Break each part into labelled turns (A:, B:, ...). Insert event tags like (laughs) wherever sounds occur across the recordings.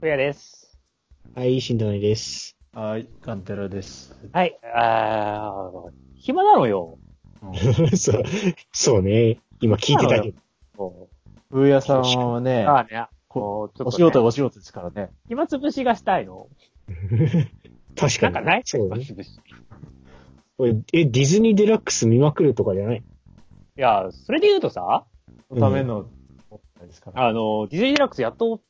A: ふやです。
B: はい、しんどいです。 (laughs)
C: はい、ガンテラです。
A: はい。あー、暇なのよ。
B: そう、そうね。今聞いてたけど。
A: こ
C: うーやさんは
A: う
C: ね、
A: あーね、こう、
C: こ
A: ちょっと、ね、
C: お仕事はお仕事ですからね。
A: 暇つぶしがしたいの。
B: 確か
A: なん
B: に。
A: かない
B: そう
A: 暇
B: ね。
A: つぶしい
B: これえ、ディズニーデラックス見まくるとかじゃない
A: や、それで言うとさ、
B: うん
C: のための、ですから。
A: あの、ディズニーデラックスやっと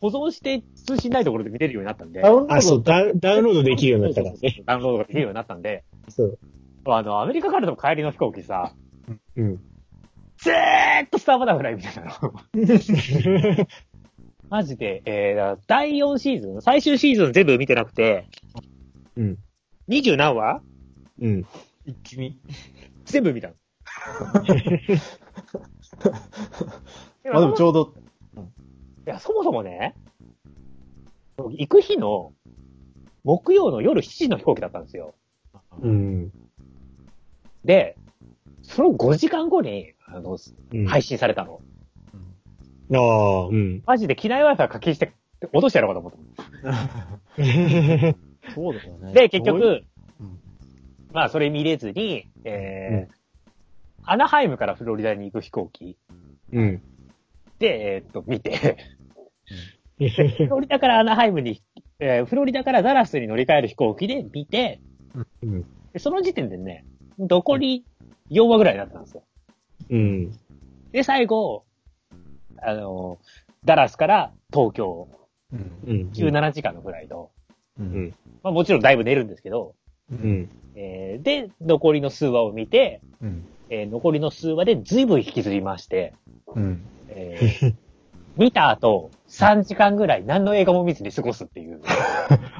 A: 保存して通信ないところで見れるようになったんで。
C: ダウンロ
B: あ、
C: ー
B: そ
C: ド
B: う、ダダウンロードできるようになったから
A: そうそう
B: ね。
A: そうダウンロードができるようになったんで、
B: そう。
A: あの、アメリカからの帰りの飛行機さ、
B: うん。
A: ずーっとスターバタフライ見てたの。マジで、えーだから、第4シーズン、最終シーズン全部見てなくて、
B: うん。
A: 二十何話
B: (laughs) うん。
C: 一気に。
A: 全部見たの。
C: (laughs) まあでもちょうど、
A: いや、そもそもね、行く日の、木曜の夜7時の飛行機だったんですよ。
B: うん。
A: で、その5時間後に、あの、
B: うん。
A: 配。信されたの。
B: ああ、うん。 (laughs)
A: マジで機内 Wi-Fi 課金して、落としてやろうかと思ったも
C: (laughs) そうだよね
A: ん。で、結、局
C: うん、
A: まあ、それ見れずに、えー、アナハイムからフロリダに行く飛行機
B: うん。
A: で、えーっと、見て、フロリダからアナハイムに、えーフロリダからダラスに乗り換える飛行機で見て、
B: うん
A: でその時点でね、残り4話ぐらいだったんですよ。
B: うん。
A: で、最後、あの、ダラスから東京、
C: うん。
B: うん。
A: 17時間のフライト。
C: う。
B: うんん。
A: まあもちろんだいぶ寝るんですけど、
B: うん。
A: えーで、残りの数話を見て、
C: うん。
A: えー残りの数話で随分引きずりまして、
C: うん。
A: え (laughs) ー見た後、3時間ぐらい何の映画も見ずに過ごすっていう。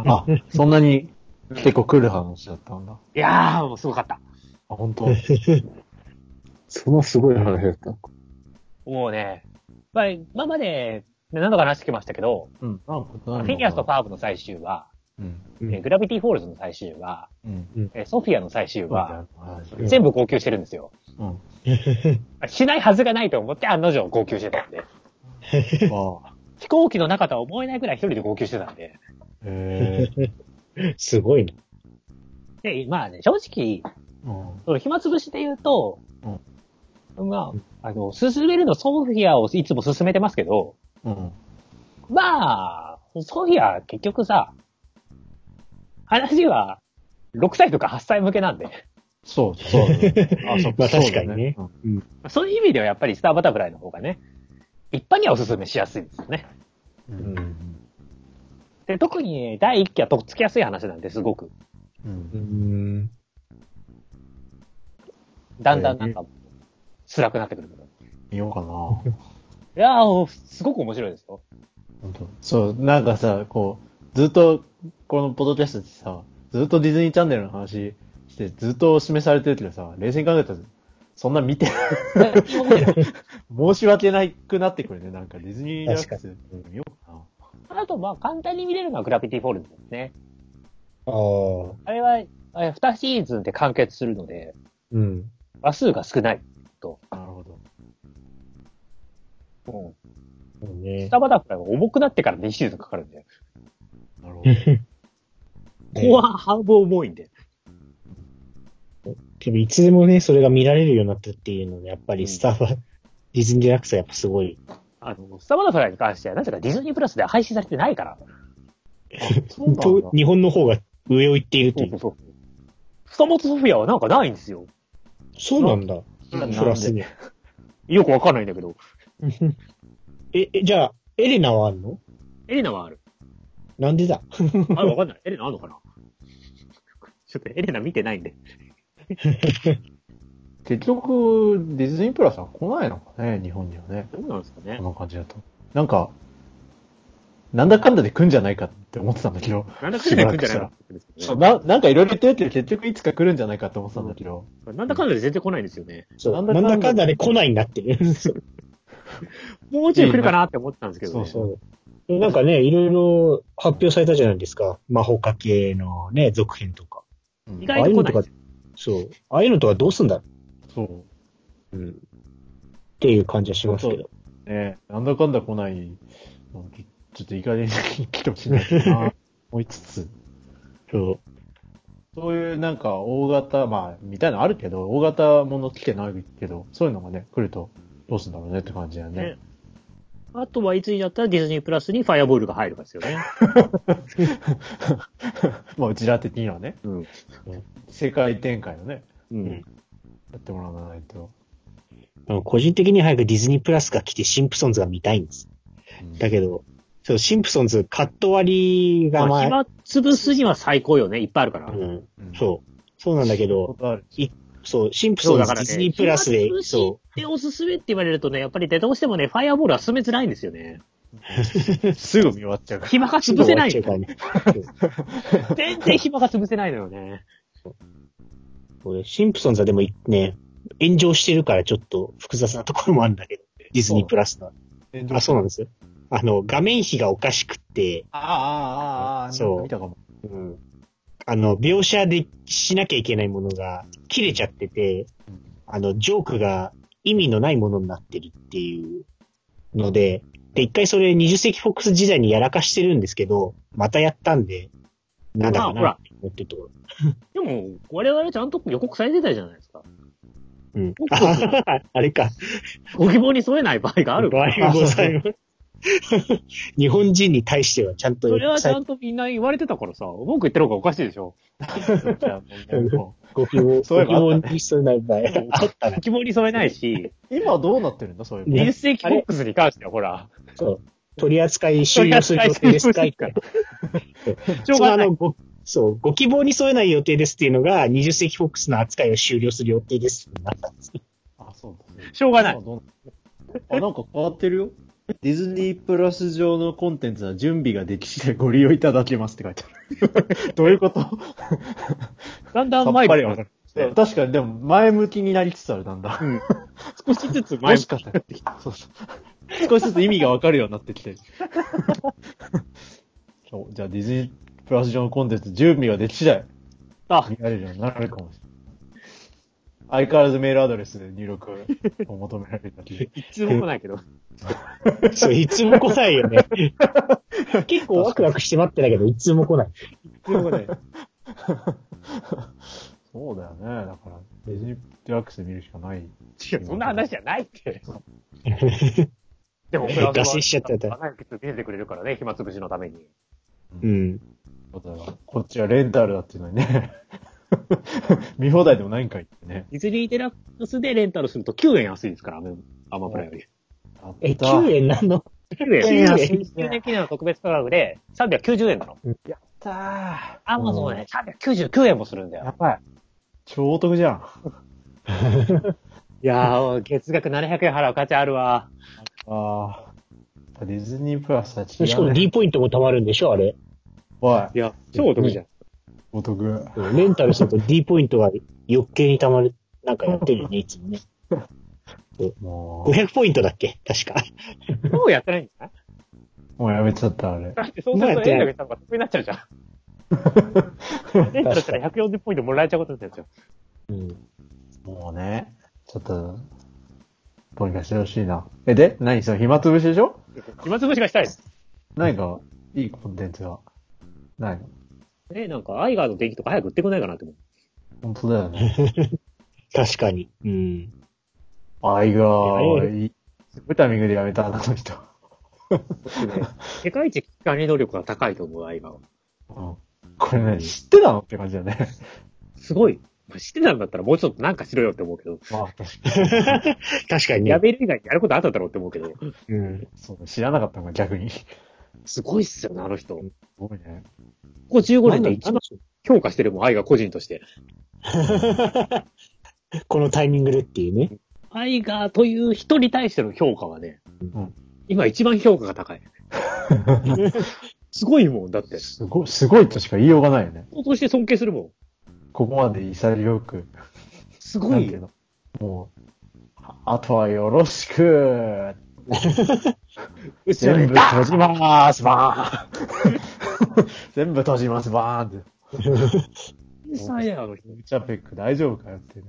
C: あ、そんなに結構来る話だったんだ。
A: いやー、もうすごかった。
C: あ、本当。
B: そのすごい話だった。
A: もうね、まあ、今まで、何度か話してきましたけど、
C: うん。なんか
A: フ
C: な
A: ィギュアスとファーブの最終話、
C: うん。
B: うん
A: えーグラビティフォールズの最終話、
C: うん。
A: えーソフィアの最終話、
B: うん
A: 全部号泣してるんですよ。
C: うん。
A: (laughs) しないはずがないと思って案の定号泣してたんで。
C: まあ、
A: 飛行機の中とは思えないくらい一人で号泣してたんで。
C: へえ。
B: すごいな。
A: で、まあね、正直、
C: うん。
A: その暇つぶしで言うと、まあ、あの、進めるのソフィアをいつも進めてますけど、
C: うん。
A: まあ、ソフィア結局さ、話は6歳とか8歳向けなんで、
C: そう、 (laughs) そう。あ、そっ
B: まあ
C: か。そう
B: 確か
C: だ
B: にね。
C: うん
A: そういう意味ではやっぱりスターバタフライの方がね、一般にはおすすめしやすいですよね。
C: うん。
A: で、特にね第1期はとっつきやすい話なんですごく。
C: うん。
B: ん。
A: だんだんなんか、辛くなってくる。
C: 見ようかな。
A: いやー、すごく面白いですよ。
C: 本当そう、なんかさ、こう、ずっと、このポッドキャストってさ、ずっとディズニーチャンネルの話して、ずっとお示されてるけどさ、冷静に考えたら、そんな見て、 (laughs) 申し訳ないくなってくるね、なんかディズニーラックス見ようかな。
A: あと、まあ、簡単に見れるのはグラビティフォールズですね。
B: ああ。
A: あれは、え2シーズンで完結するので、
B: うん。
A: 話数が少ない。
C: なるほど。
B: そうね
A: ス。タバタフライは重くなってから2シーズンかかるんで。
C: なるほど。
B: (laughs) で
A: 後半半分重いんで。
B: もいつでもね、それが見られるようになったっていうので、やっぱりスターは、ディズニーデラックスはやっぱすごい。
A: あの、スタバタフライに関しては、なぜかディズニープラスでは配信されてない
C: (laughs)
A: から。
C: そうなんだ
B: と日本の方が上を行っているという。
A: そう。スタバとソフィアはなんかないんですよ。
B: そうなんだ。
C: (laughs) なんで
B: プラスに。
A: よくわかんないんだけど。
B: え、えじゃあ、エレナはあるの
A: エレナはある。
B: なんでだ
A: あれわかんない。エレナあるのかなちょっとエレナ見てないんで。
C: 結局、ディズニープラスは来ないのかね、日本にはね。
A: どうなんですかね
C: (laughs) こ。の感じだと。なんか、なんだかんだで来んじゃないかって思ってたんだけど。
A: なんだかんだで来るんじゃないかって言ってるんですけ
C: そう
A: どね
C: な、なんかいろいろ言ってるけど、結局いつか来るんじゃないかって思ってたんだけど。
A: なんだかんだで全然来ないんですよね。
B: そう
C: なんだ
B: なん
C: かんだ
B: だかんだで来ないんだっていう。そう
A: もうちょい来るかなって思ってたんですけどね。
C: そうそう
B: そう。なんかね、いろいろ発表されたじゃないですか。魔法家系のね、続編とか。
A: 意
B: あ
A: 外
B: あいう
A: と
B: の
A: 来
B: と
A: な
B: か
A: い。、
B: そう。ああいうのとかどうすんだろ。
C: そう
B: うん。っていう感じはしますけど。
C: う。ねなんだかんだ来ないの。きちょっといかに来てほしいなって
B: (laughs)
C: な思いつつ、
B: そう。
C: そういうなんか大型、まあ、みたいなのあるけど、大型もの来てないけど、そういうのがね、来ると、どうすんだろうねって感じだよね。
A: ねあとはいつになったらディズニープラスにファイアボールが入るかですよね。
C: まあ、うちら的にはね、
A: うん。
C: 世界展開をね、
A: うん。
C: やってもらわないと。
B: うん個人的に早くディズニープラスが来てシンプソンズが見たいんです。
C: うん
B: だけど、そう、シンプソンズカット割りが
A: まあ、
B: 前、
A: 暇潰すには最高よね。いっぱいあるから。
B: うん、
C: うん
B: そう。そうなんだけど、
C: ことある (laughs)
B: そう、シンプ
A: そ
B: ソンズ、
A: うだから
B: デ
A: ね
B: ィズニープラスで
A: 暇、つぶし
B: そ
A: で、おすすめって言われるとね、やっぱり出どうしてもね、ファイアボールは進めづらいんですよね。
C: すぐ見終わっちゃうから。
A: (laughs) 暇が
B: う、す
A: 潰
B: ぐ
A: せ
B: 終わ
A: な
B: っ
A: い
B: ちゃう。からね。
A: 全然暇が潰せないのよね。
B: そうシンプソンズはでもね、炎上してるからちょっと複雑なところもあるんだけど、ディズニープラスの。あ、そうなんですよ。あの、画面比がおかしくって、
C: ああ、ああ、ああ、
B: そう
C: なんか見たかも。
B: うん、あの、描写でしなきゃいけないものが切れちゃってて、あの、ジョークが意味のないものになってるっていうので、で、一回それ20世紀フォックス時代にやらかしてるんですけど、またやったんで、なんだか
A: まあほら
B: なって思ってるところ。
A: でも、我々ちゃんと予告されてたじゃないですか。
B: うん。ああれか。
A: ご希望に添えない場合が (laughs) あるから。
B: あございます日本人に対してはちゃんと
A: それはちゃんとみんな言われてたからさ、文句言ってる方がおかしいでし (laughs) ょ。
C: そうじゃあもう (laughs) も
B: ご希望、
C: そういえばあったね
B: ご希望に添えない場合。あったね
A: ご。希望に添えないし、
C: う今どうなってるんだ、そういう
A: ニュ
C: の
A: ー。ス駅ボックスに関してはほら、
B: そう。取り扱い終了する予定ですか
A: 取
B: 一
A: り扱い
B: 回。
A: しょう
B: (laughs) そのあ
A: がない
B: の、。ご、そう、ご希望に添えない予定ですっていうのが、20世紀フォックスの扱いを終了する予定ですになったんです。
C: あ、そうだ。
A: しょうがない。
C: 今どうなあ、なんか変わってるよ。ディズニープラス上のコンテンツは準備ができ次第ご利用いただけますって書いてあ (laughs) る。どういうこと
A: だんだん
C: さっ
A: 前
C: ぱ
A: に
C: りわかる。確かに、でも前向きになりつつある、だんだ (laughs) ん。
A: 少しずつ前
C: も
A: に
C: しかしたら。そうそう。少しずつ意味がわかるようになってき (laughs) てる。そうじゃあディズニープラス上のコンテンツ準備ができ次第
A: あ
C: 見られるようになるかもしれない。相変わらずメールアドレスで入力を求められたり。
A: 一通も来ないけど。
B: そう、いつも来ないよね。結構ワクワクして待ってたけど、いつも来ない。
C: (laughs) そうだよね。だから、ディズニーデラックスで見るしかない。
A: 違う、そんな話じゃないって。でも、
B: 脱線しちゃった
A: 花雪つ出てくれるからね、暇つぶしのために。
B: うん。
C: そうだよこっちはレンタルだっていうのにね。 (laughs) 見放題でもないんかいってね。
A: ディズニーデラックスでレンタルすると9円安いですから、アマアマプラより。
C: あっ
B: え、
C: た
B: 9円なんの
A: 9円
B: 9円安い
A: 9年記念の特別価格で390円なの。
C: やったー。
A: アマゾンね、399円もするんだ
C: や
A: よ。
C: ばい。超お得じゃん。
A: いやー、月額700円払う価値あるわ。
C: ああ。ディズニープラスは違う、ね。
B: しかも D ポイントも貯まるんでしょあれ。
C: はい
A: や、超お得じゃん。
C: い。お得。
B: うんレンタルすると D ポイントは余計に貯まる。なんかやってるよね、いつもね。
C: もう、
B: 500ポイントだっけ確か。
A: もうやってないんじゃない
C: もうやめちゃった、あれ。
A: だってそうすると円だけさんが得になっちゃうじゃ (laughs) ん。レンタルしたら140ポイントもらえちゃうことになっちゃう。
B: うん。
C: もうね、ちょっと、どうにかしてほしいな。え、で何それ暇つぶしでしょ
A: 暇つぶしがしたいです。
C: 何か、いいコンテンツが。ないの
A: ね、なんか、アイガーの電気とか早く売ってこないかなって (laughs) 思う。
C: 本当だよ (laughs) ね。
B: 確かに。うん。
C: あいが
B: や
C: ー、いいすごいタイミングでやめたな、あの人。
A: 世界一危機管理能力が高いと思う、アイガーは。
C: うん。これね、知ってたのって感じだね。
A: すごい。まあ知ってたんだったらもうちょっとなんかしろよって思うけど、
C: (laughs) まあ、確かに。
B: 確かにね
A: や。める以外にやることあっただろうって思うけど、
B: うん。
C: そうだ知らなかったのが逆に。す
A: すごいっすよね、あの人。こ
C: ごいね。
A: こ15年で一
B: あ
A: 番
B: の
A: 評価してるもん、アイガー個人として。
B: このタイミングでっていうね。
A: アイガーという人に対しての評価はね、
C: ん
A: 今一番評価が (laughs) 高い。すごいもん、だって。
C: すごい、すごいとしか言いようがないよね。
A: 人として尊敬するもん。
C: ここまで潔く。
A: す
C: な
A: ご
C: んて
A: い
C: い。うのもう、ああとはよろしく
A: うちは
C: 全
A: ね
C: 部閉じまーすバーン (laughs) 全部閉じますバーンって。
A: 天才だよ、あの人。
C: ムチャペック大丈夫かよってね。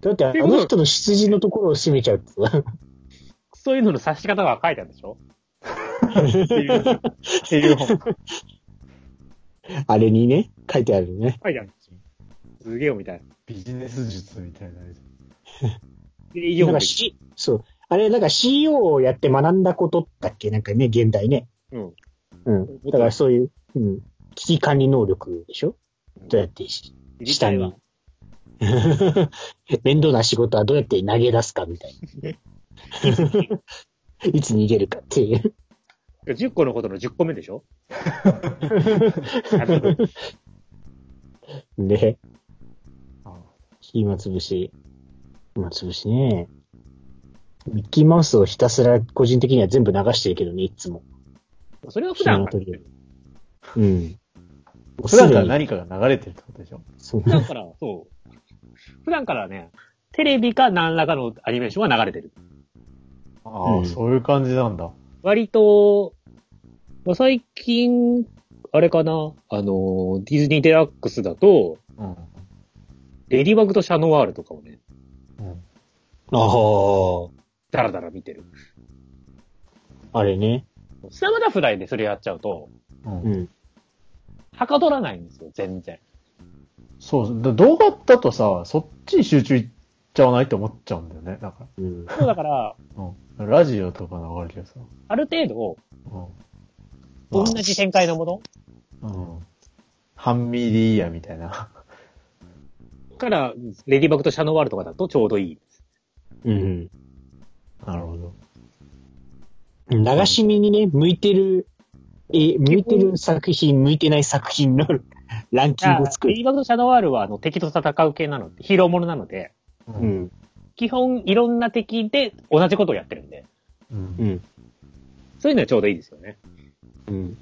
B: だって、あの人
A: (laughs)
B: の羊のところを締めちゃうって。
A: そういうのの察し方が書いてあるでしょ
C: っていう本。
B: あれにね、書いてあるね。
A: 書いてあるんですよ。すげえよ、みたいな。
C: ビジネス術みたいなやつ。
A: で、医療
B: なん
A: も
B: か C、そう。あれ、なんか CEO をやって学んだことだっけなんかね、現代ね。
A: うん。
B: うん。だからそういう、うん。危機管理能力でしょどうやってし
A: 知り
B: 下
A: たい
B: に
A: わ。。
B: (laughs) 面倒な仕事はどうやって投げ出すかみたい
A: (laughs)
B: な。 (laughs) いつ逃げるかっていう。
A: 10個のことの10個目でしょ
B: で、
C: あ
B: 暇つぶし。暇つぶしね。ミッキーマウスをひたすら個人的には全部流してるけどね、いつも。
A: それは普段
B: 暇
A: から
B: の時。うん。
C: 普段から何かが流れてるってことでしょ
B: そう
A: 普段から、そう。普段からね、テレビか何らかのアニメーションは流れてる。
C: ああ、
B: うん
C: そういう感じなんだ。
A: 割と、まあ、最近、あれかな、あの、ディズニーデラックスだと、
C: うん。
A: レディバグとシャノワールとかをね、
C: うん、
B: あ
A: ダラダラ見てる。
B: あ。あれね。
A: スタムダフライでそれやっちゃうと、
C: うん
B: うん。
A: はかどらないんですよ、全然。
C: そう、だ動画だとさ、そっちに集中いっちゃわないって思っちゃうんだよね。なんか、
B: うん。
A: そうだから、
C: うん。ラジオとか流れてるさ。
A: ある程度、
C: う
A: 同
C: ん。
A: じ展開のもの
C: うん。ハンミリーヤみたいな。
A: から、レディバグとシャノワールとかだとちょうどいい。
B: うん。
C: なるほど。
B: 流し見にね、向いてる、え、向いてる作品、向いてない作品の (laughs) ランキングを作
A: レデ
B: る。
A: ィバグとシャノワールはあの敵と戦う系なので、ヒーローものなので、
C: う
B: う。ん。
A: 基本いろんな敵で同じことをやってるんで、
C: うん
B: う。ん。
A: そういうのはちょうどいいですよね。
B: うん。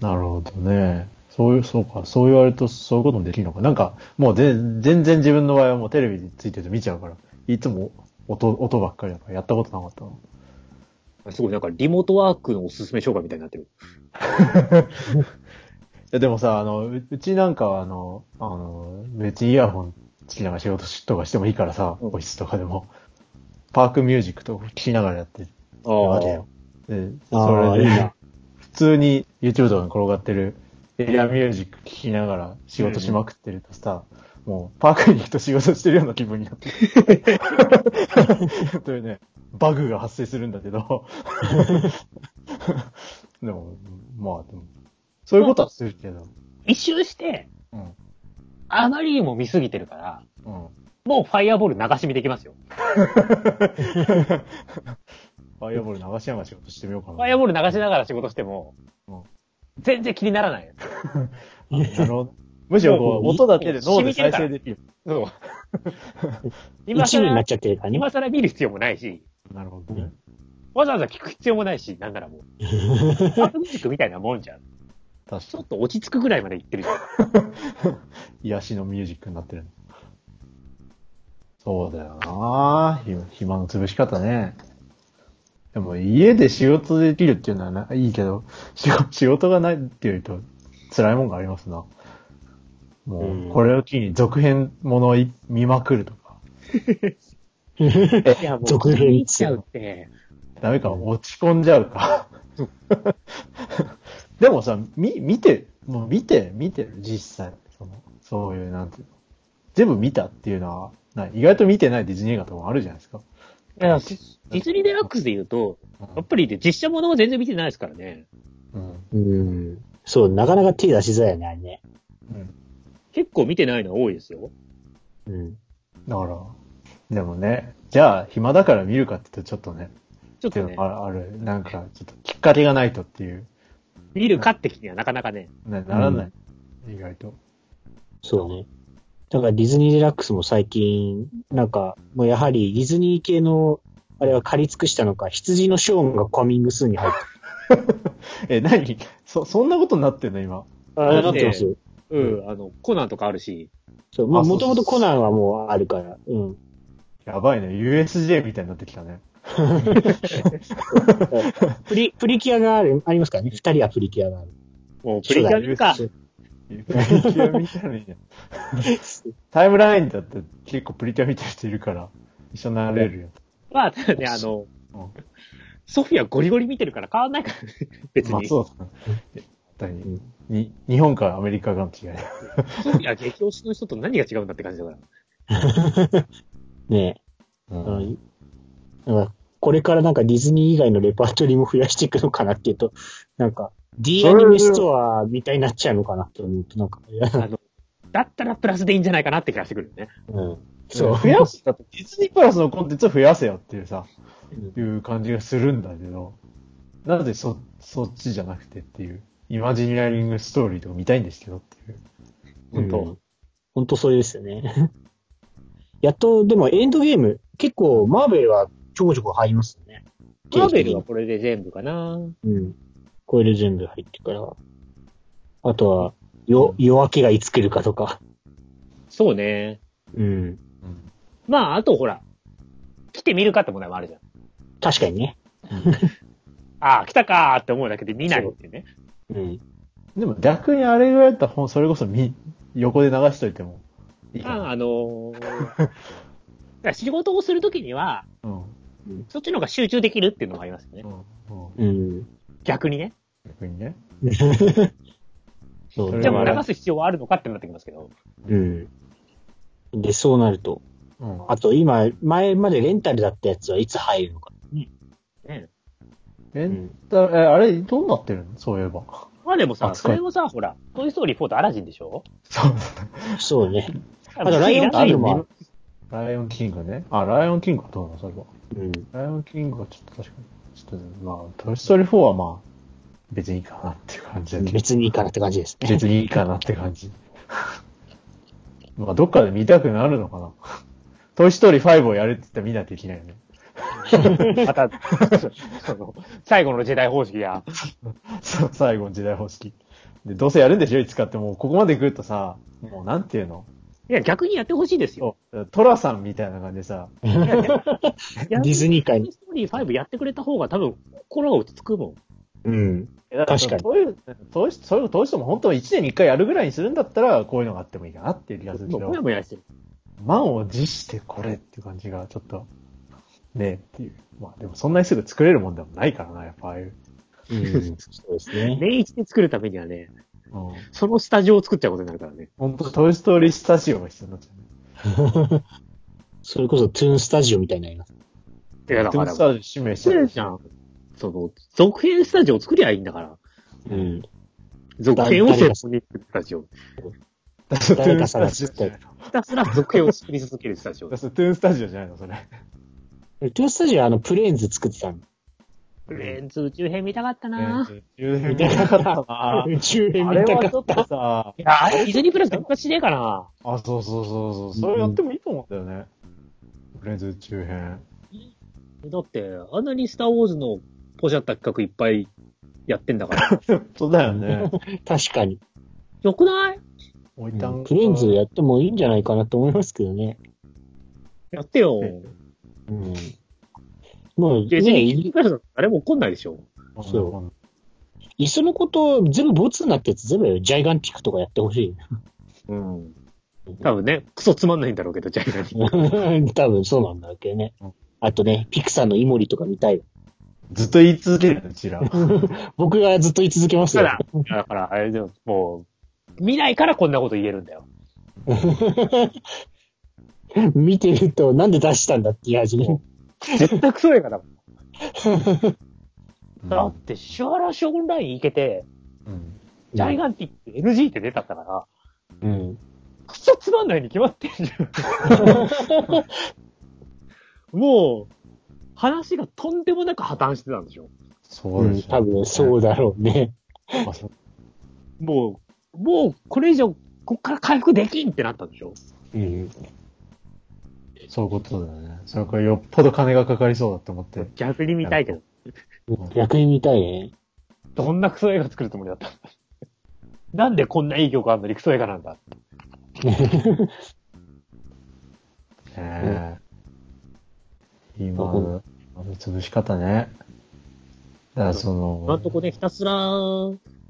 C: なるほどね。そういう、そうか。そう言われると、そういうこともできるのか。なんか、もうぜ全然自分の場合はもうテレビについてて見ちゃうから、いつも音、音ばっかりだから、やったことなかったの。
A: すごいなんかリモートワークのおすすめ紹介みたいになってる。
C: いやでもさ、あの、ううちなんかはあの、あの、別にイヤホンつきながら仕事しとかしてもいいからさ、
A: うん
C: オフィスとかでも、パークミュージックとか聴きながらやってるわけよ。で、
B: あ
C: そ
B: あ、
C: れ
B: いい
C: で、
B: な。
C: 普通に YouTube とかに転がってるエリアミュージック聴きながら仕事しまくってるとさ、もうパークに行くと仕事してるような気分になって
A: (laughs)
C: る。というね、バグが発生するんだ
A: (laughs)
C: けど。でも、まあ、でも、そういうことはするけど。
A: 一周して、 (laughs)
C: うん
A: あまりにも見すぎてるから、
C: うん。
A: もうファイアボール流し見できますよ。
C: ファイアボール流しながら仕事してみようかな。
A: ファイアボール流しながら仕事しても
C: うん、
A: 全然気にならない。
C: なるほどむしろこう、
B: もう
C: 音だけで脳で再生できる。
A: そう。
B: (laughs)
A: 今
B: 一部になっ
A: 更、
B: ちゃってるからね。
A: 今更見る必要もないし、
C: なるほどね。
A: わざわざ聞く必要もないし、なんならもう。パークミュージックみたいなもんじゃん。
C: 確
A: ち
C: か
A: ょっと落ち着くぐらいまでいってるじゃ
B: (laughs)
A: ん。
C: に、癒しのミュージックになってる。そうだよなひ暇の潰し方ね。でも家で仕事できるっていうのはないいけど、 (laughs) 仕事仕事がないっていうと辛いもんがありますな。も
B: うん
C: う、これを機に続編ものをい見まくるとか。
A: いや、もう、
B: 続編
A: 見に行っちゃうって。
C: ダメか、落ち込んじゃう
A: (laughs)
C: か。でもさ、み、見て、もう見て、見てる、実際。その、そういう、なんていうの。全部見たっていうのは、ない意外と見てないディズニー映画とかもあるじゃないですか。
A: いやディズニーデラックスで言うと、やっぱりね実写ものを全然見てないですからね。
C: うん。
B: うん。そう、なかなか手出しづらいよね、あれね。
C: うん。
A: 結構見てないのは多いですよ。
B: うん。
C: だから、でもね、じゃあ、暇だから見るかって言うとちょっとね、
A: ちょっ
C: って
A: と
C: いうの
A: ね
C: も、あある。なんか、ちょっときっかけがないとっていう、
A: 見るかって気にはなかなかね。
C: なならない。意外と。
B: そうね。だからディズニーデラックスも最近、なんか、もうやはりディズニー系の、あれは借り尽くしたのか、羊のショーンがコミングスーンに入って
C: え、何そ、そんなことになってんの、今。
A: あ
B: な
A: だ
B: っ
A: ってて
B: ますよ。
A: うん、あの、コナンとかあるし、
B: そう、まあ
C: あそう
B: もともとコナンはもうあるから、うん。
C: やばいね、USJ みたいになってきたね。
B: プリ、プリキュアがある、ありますからね。二人はプリキュアがある。
A: もうプリキュアか、
B: そう
C: プリキュア見たらいいじゃん。 (laughs) タイムラインだって結構プリキュア見てる人いるから、一緒になれるよ。
A: まあ、ただね、あの
C: うん、
A: ソフィアゴリゴリ見てるから変わんないから、別に。
C: まあそうだな。絶対に。に、日本かアメリカかの違いだ。
A: ソフィア激推しの人と何が違うんだって感じだから。
B: ね
C: う
B: え。うん。だからこれからなんかディズニー以外のレパートリーも増やしていくのかなっていうと、なんか、D アニメストアみたいになっちゃうのかなと思うと、なんか、いや
A: あの、だったらプラスでいいんじゃないかなって気がしてくるよね。
B: うん。
C: そ、
B: そうう。
C: 増やす。だって、ディズニープラスのコンテンツを増やせよっていうさ、
B: うん
C: いう感じがするんだけど、なぜそ、そっちじゃなくてっていう、イマジニアリングストーリーとか見たいんですけどっていう。本当、
B: うん本当それですよね。やっと、でもエンドゲーム、結構マーベルはちょこちょこ入りますよね。
A: マーベルはこれで全部かな。
B: うん。これで全部入ってから。あとは、よ、夜明けがいつ来るかとか。
A: そうね。
B: うん。
C: うん
A: まあ、あとほら、来てみるかって問題もあるじゃん。
B: 確かにね。
A: ああ、来たかーって思うだけで見ないっていうね。
B: うん。
C: でも逆にあれぐらいだったらほん、それこそみ、横で流しといてもいいか
A: まあ、
C: な。
A: あのーだから仕事をするときには、
C: うん。
A: そっちの方が集中できるっていうのもありますよね
C: う。ん。うん
B: うん。
A: 逆にね。
C: 逆にね。
B: そ
C: それ
A: じ
B: う。で
A: ゃあも
B: も
A: う
C: は
A: 流す必要はあるのかってなってきますけど。
B: うん。で、そうなると。
C: うん。
B: あと今、前までレンタルだったやつはいつ入るのか。
A: ね。
C: レ
B: う
C: ン
B: ん。
C: タル、え、あれ、どうなってるのそういえば。
A: まあでもさ、
C: あ
A: そ
C: 使う
A: れをさ、ほら、トイストーリー4とアラジンでしょ
C: そう。
B: そうね。
A: あ
B: とライオンキング
C: あれ
B: もある
C: ライオンキングね。あ、ライオンキングはどうなのそれは。
B: うん。
C: ライオンキングはちょっと確かに、ちょっと、まあ、トイストーリー4はまあ、別にいいかなっていう感じだけど、
B: 別にいいかなって感じですね。
C: 別にいいかなって感じ。 (laughs) まあ、どっかで見たくなるのかな。トイストーリー5をやるって言ったら見ないといけないよね。
A: また、 (laughs) その、最後の時代方式や。
C: そう最後の時代方式。で、どうせやるんでしょいつかって、もうここまで来るとさ、もうなんていうの
A: いや、逆にやってほしいですよ。
C: そうトラさんみたいな感じでさ、
A: いやでも
B: ディズニー界
A: トイストーリー5やってくれた方が多分、心が落ち着くもん。
B: うん。
C: えだら
B: 確かに
C: そういう、そういう、そういう、どうしても本当は1年に1回やるぐらいにするんだったら、こういうのがあってもいいかなっていう気がするけ
A: もう
C: ど
A: もや。もやしてる。
C: 満を持してこれっていう感じが、ちょっと、ねえっていう。まあでもそんなにすぐ作れるもんでもないからな、やっぱああいう。
B: うん。そうですね。
A: 年一で作るためにはね、
C: うん。
A: そのスタジオを作っちゃうことになるからね。
C: 本当トイストーリースタジオが必要になっちゃうね。
B: それこそトゥーンスタジオみたいになります。
A: いや、だ
C: ト
A: か
C: イ
A: ら
C: ス、トーリー指名しち
A: 作
C: ゃ
A: れる
C: う。
A: じゃん。その、続編スタジオを作りゃいいんだから。
B: うん。
A: 続編を専門に作るスタジオ。
C: だってトゥ
B: 誰
C: ーン
B: か
C: スタ
B: 探し
C: ジオじゃない
B: て
C: の。
A: ひたすら続編を作り続けるスタジオ
C: だっ。てトゥーンスタジオじゃないの、それ。
B: トゥーンスタジオはあの、プレーンズ作ってたの。
A: レンズ宇宙編見たかったなぁ。
C: 充電見たかったな
B: (laughs)
C: あ
B: 宇宙編
C: れ
B: 見たか
C: は
B: っ
C: ち
B: た
C: ょっとさ、
A: いや、あれ、ディズニープラスで昔ねえかな
C: あ、そうそうそうそう、それやってもいいと思うんだよね。フレンズ中編。
A: だって、あんなにスターウォーズのポシャった企画いっぱいやってんだから。 (laughs)
C: そうだ
B: (laughs)
C: よね。
B: 確かに。
A: よくない
C: おい
B: うん
C: たんか
B: クレーンズやってもいいんじゃないかなと思いますけどね。
A: やってよ。
B: うん。もう、
A: ディズ
B: ね、
A: ニー
B: い
A: プラスだったら誰も怒んないでしょ。
C: そ
B: いっそのこと、全部ボツになったやつ全部ジャイガンティックとかやってほしい。
A: うん。多分ね、クソつまんないんだろうけど、ジャイ (laughs) ガに。
B: (laughs) 多分そうなんだろうけどね。あとね、ピクサーのイモリとか見たい。
C: う。ずっと言い続けるの、うちら。
B: 僕がずっと言い続けます
A: た
B: よ。
A: だ、だから、あれでも、もう、見ないからこんなこと言えるんだよ。
B: (laughs) 見てると、なんで出したんだって言い始める。
A: 絶対クソ映画だもん。 (laughs) だって、シュアラシオンライン行けて、
C: うん
A: ジャイガンティック NG って出たったから、
B: うん。
A: クソつまんないに決まってんじ (laughs) ゃん。もう、話がとんでもなく破綻してたんでしょ。
C: そうう
B: ん、
C: でしょ。
B: 多分そうだろうね。
C: まあそう
A: もう、もうこれ以上、こっから回復できんってなったんでしょ。
B: うん。
C: そういうことだよね。それからよっぽど金がかかりそうだと思って。
A: 逆に見たいけど、
B: 逆に見たいね。
A: どんなクソ映画作るつもりだったん (laughs) だ。なんでこんないい曲あんのにクソ映画なんだ。
C: ねえ今の、今の潰し方ね。だからそ
A: 今ん
C: の、
A: とこね、ひたすら、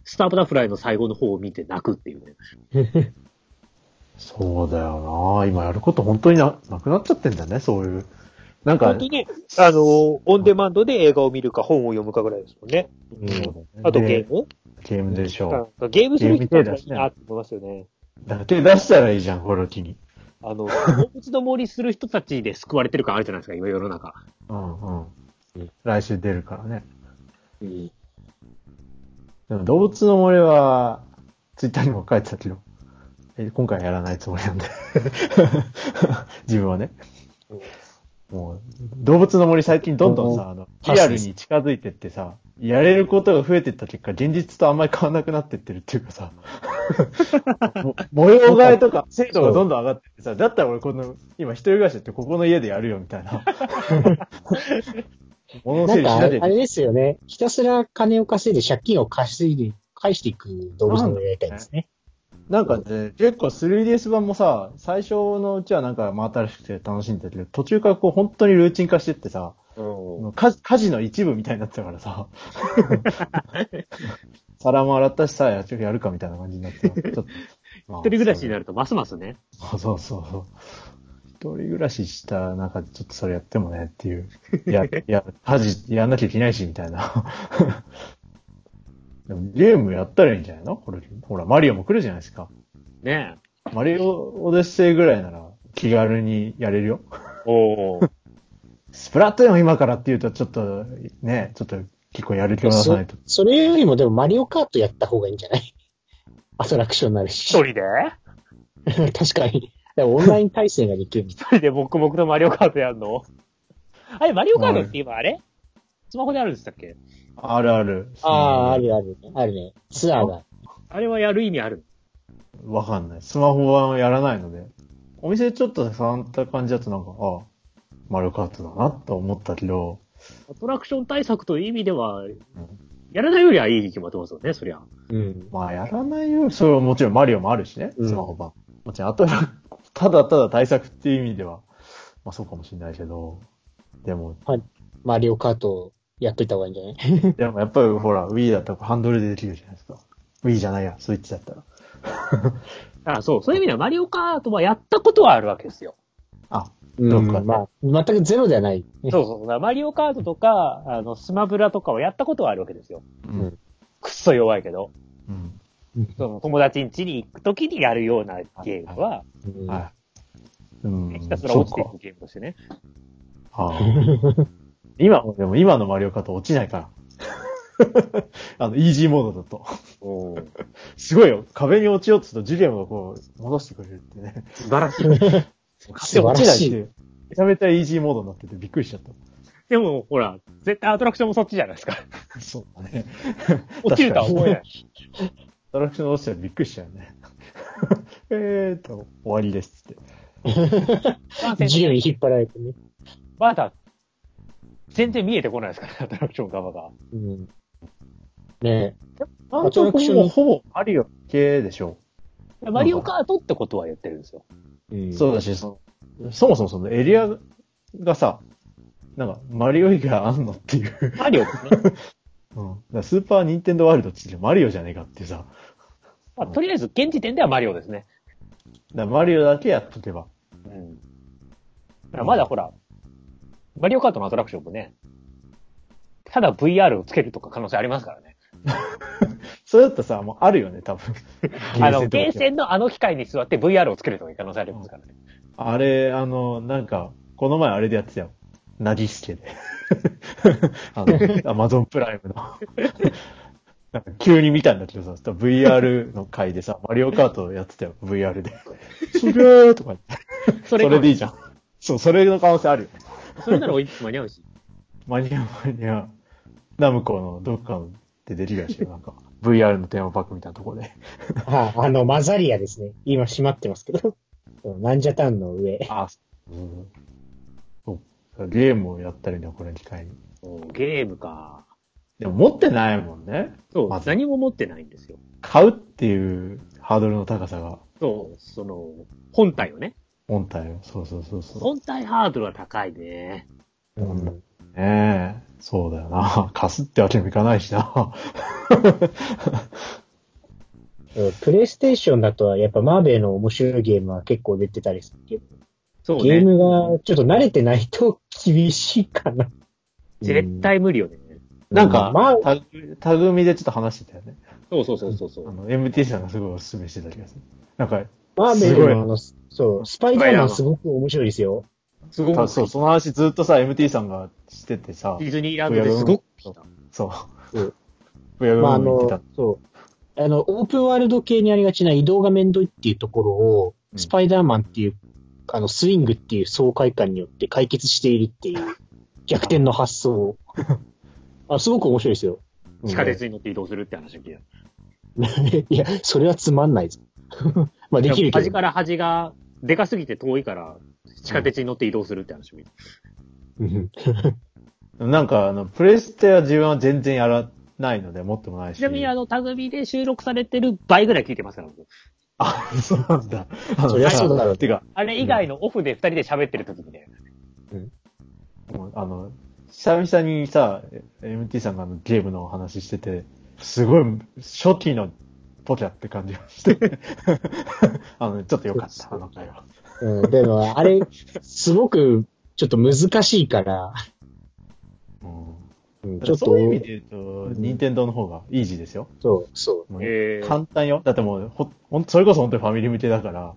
A: スターバタフライの最後の方を見て泣くっていうね。
C: そうだよな今やること本当にな、なくなっちゃってんだね、そういうなんか
A: 本当、に、あの、オンデマンドで映画を見るか本を読むかぐらいですもんね。
B: うん
A: あとゲーム
C: ゲームでしょ。
A: なんかゲームする人
C: ゲーム手
A: が
C: 出
A: い
C: し
A: い
C: な
A: なって思いますよね。
C: だから手出したらいいじゃん、これを機に。
A: あ (laughs) の、動物の森する人たちで救われてる感あるじゃないですか、今世の中。
C: うんうん
A: うん。
C: 来週出るからね。
A: うん。
C: でも動物の森は、ツイッターにも書いてたけど、え今回やらないつもりなんで。 (laughs) 自分はね。もう、動物の森最近どんどんさ、あの、リアルに近づいてってさ、やれることが増えてった結果、現実とあんまり変わんなくなってってるっていうかさ、も模様替えとか精度がどんどん上がってってさ、だったら俺この、今一人暮らしだってここの家でやるよみたいな。物
B: な
C: 整
B: ん
C: 理し
B: か、あ
C: なきゃいけない
B: れですよね。ひたすら金を稼いで借金を稼いで、返していく動物の森やりたいですね。
C: なんかね、結構 3DS 版もさ、最初のうちはなんか真新しくて楽しんだけど、途中からこう本当にルーチン化してってさ、
A: うん。
C: 家家事の一部みたいになってたか
A: (laughs)
C: らさ、皿も洗ったしさ、やちょっとやるかみたいな感じになってた。ちょっとまあ
A: 一人暮らしになるとますますね。
C: そうそうそうそう。一人暮らしした中でちょっとそれやってもねっていう。
A: (laughs)
C: いや、いや、家事やんなきゃいけないしみたいな。でもゲームやったらいいんじゃないのこれ、ほら、マリオも来るじゃないですか。
A: ね
C: マリオオデッセイぐらいなら気軽にやれるよ。
A: え。おー。
C: スプラトゥーンを今からって言うとちょっと、ね、ちょっと結構やる気を出さ
B: そ
C: ないと。
B: それよりもでもマリオカートやった方がいいんじゃ (laughs) ないアトラクションにな
A: (laughs)
B: る
A: 一
B: し。
A: 人で
B: (laughs) 確かに。でもオンライン対戦ができるみた
A: 一
B: い
A: 人で僕々とマリオカートやんのあれ、マリオカートって今あれスマホであるんでしたっけ
C: あるある。
B: な。 (laughs) ああ、あ
C: る。
B: るある。あるね。ツアーが。
A: あれはやる意味ある。
C: わかんない。スマホ版はやらないので。お店ちょっと触った感じだとなんか、あマリオカートだなと思ったけど、
A: アトラクション対策という意味では、やらないよりはいいに決まってますよね、そりゃ。
B: うん。
C: まあやらないよ。それはもちろんマリオもあるしね、
B: うん
C: スマホ版。もちろん、あとは、ただただ対策っていう意味では、まあそうかもしれないけど、でも、
B: マリオカートやっといた方がいいんじゃない (laughs)
C: でもやっぱりほら、Wii だったらハンドルでできるじゃないですか。Wii じゃないや、スイッチだったら。
A: あそう、そういう意味ではマリオカートはやったことはあるわけですよ。
C: あ、
B: う
C: どっか
B: ん。まあ、全くゼロではない。
A: そうそうそう。マリオカートとか、あの、スマブラとかをやったことはあるわけですよ。
C: うん。
A: くっそ弱いけど。
C: うん。
A: その友達ん家に行くときにやるようなゲームは、
B: うん
C: はい。うん。
A: ひたすら落ちてい
C: そう
A: くゲームとしてね。
C: かあー今も、でも今のマリオカート落ちないから。 (laughs) あの、イージーモードだと。
A: うん
C: すごいよ。壁に落ちようとすると、ジュリアムがこう、戻してくれるってね。
A: 素晴ら (laughs) しい。
B: 素晴
C: 落
B: ら
C: ちないっ
B: してい。
C: う。めちゃめちゃイージーモードになっててびっくりしちゃった。
A: でも、ほら、絶対アトラクションもそっちじゃないです
C: (laughs)
A: か。
C: そうだね。
A: 落ちるとは思えない。
C: アトラクション落ちたらびっくりしちゃうね。 (laughs) えーっと、終わりですって。
B: 授業に引っ張られてね。
A: まだ、全然見えてこないですから、アトラクション側が。
B: うん。ね
C: あとほぼ、ほぼ、マリオ系でしょ
A: マリオカートってことは言ってるんですよ。
B: え。うん
C: そうだし、その、そもそもそのエリアがさ、なんか、マリオ以外あんのっていう。
A: マリオ、ね、
C: うん。だからスーパー・ニンテンドー・ワールドって言ってマリオじゃねえかってさ、だか
A: まあ、とりあえず、現時点ではマリオですね。
C: らマリオだけやっとけば。
A: うん。だからまだほら、マリオカートのアトラクションもね、ただ VR をつけるとか可能性ありますからね。
C: それだったらさ、もうあるよね、多 (laughs) 分。
A: あの、
C: ゲ
A: ゲー
C: ーセンとか
A: センのあの機械に座って VR をつけるとか可能性ありますからね。
C: あれ、あの、なんか、この前あれでやってたよ。なぎすけで。 (laughs) あの、アマゾンプライムの。 (laughs) なんか急に見たんだけどさ、VR の回でさ、マリオカートやってたよ、VR で。すげーとか言って。
A: そ
C: そ
A: れ
C: れでいいじゃん。そう、それの可能性あるよ。
A: それならオリンピック間に合うし。
C: マニアマニア、ナムコのどっかで出てきたし、なんか、VR のテーマパークみたいなとこで。
B: (laughs) あ、あの、マザリアですね。今閉まってますけど。 (laughs) そうなんじゃタウンの上。
C: あ、うん、そうゲームをやったりね、これ機会に。
A: ゲームか。
C: でも持ってないもんね。
A: そう、
C: まず
A: 何も持ってないんですよ。
C: 買うっていうハードルの高さが、
A: そう、その、本体をね。
C: 本体を。そうそうそうそ
A: 本体ハードルは高いね。
C: う。う
B: うん
C: ん。ねえ。そうだよな。貸すってわけにもいかないし (laughs) な。
B: プレイステーションだと、やっぱマーベイの面白いゲームは結構出てたりするけど、
A: そう
B: ゲー
A: ね。
B: ムがちょっと慣れてないと厳しいかな。
A: 絶対無理よね。
C: なんか、
B: まあ、
C: タグ、タグ見でちょっと話してたよね。
A: そうそうそうそうそ
C: あ
A: う。
C: の、MT さんがすごいおすすめしてた気がする。なんか、
B: マーベル
C: すごい
B: のあの、そう、スパイダーマンすごく面白いですよ。
A: すご
C: た
A: く、
C: そう、その話ずっとさ、MT さんがしててさ
A: デ、ィズニーランドですごく来た。
C: そう。
B: う
C: うん
B: ん。
C: (laughs) ブヤブ
B: まあ、
C: ヤ
B: あ
C: 見て
B: の
C: た。、
B: そう。あの、オープンワールド系にありがちな移動が面倒いっていうところを、
C: うん
B: スパイダーマンっていう、あの、スイングっていう爽快感によって解決しているってい
C: (laughs)
B: う、逆転の発想。あ、すごく面白いですよ。 (laughs)
A: 地下鉄に乗って移動するって話を聞いた。
B: いや、それはつまんないぞ。 (laughs) まあ、できるけ
A: 端
B: ど。
A: から端が、でかすぎて遠いから、地下鉄に乗って移動するって話を聞いた。
B: うん
C: なんか、あの、プレステは自分は全然やらないので、持ってもないし。
A: ちなみにあの、タグビで収録されてる倍ぐらい聞いてますから、僕
C: あ、そうなんだ。あの
B: そりゃそうだろう
C: てか、
A: あれ以外のオフで二人で喋ってる時みたいな。
C: もうあの、久々にさ、MT さんがあのゲームの話してて、すごい初期のポキャって感じがして、 (laughs) あの、ちょっと良かった、あの回は。
B: うん、でも、あれ、すごく、ちょっと難しいから、
C: うん
B: うん
C: だ
B: ちょ
C: から
B: っと
C: そういう意味で言うと、
B: ん
C: 任天堂の方がイージーですよ。
B: そう、そう。
C: もう
A: えー
C: 簡単よ。だってもうほ、ほん、それこそ本当にファミリー向けだから、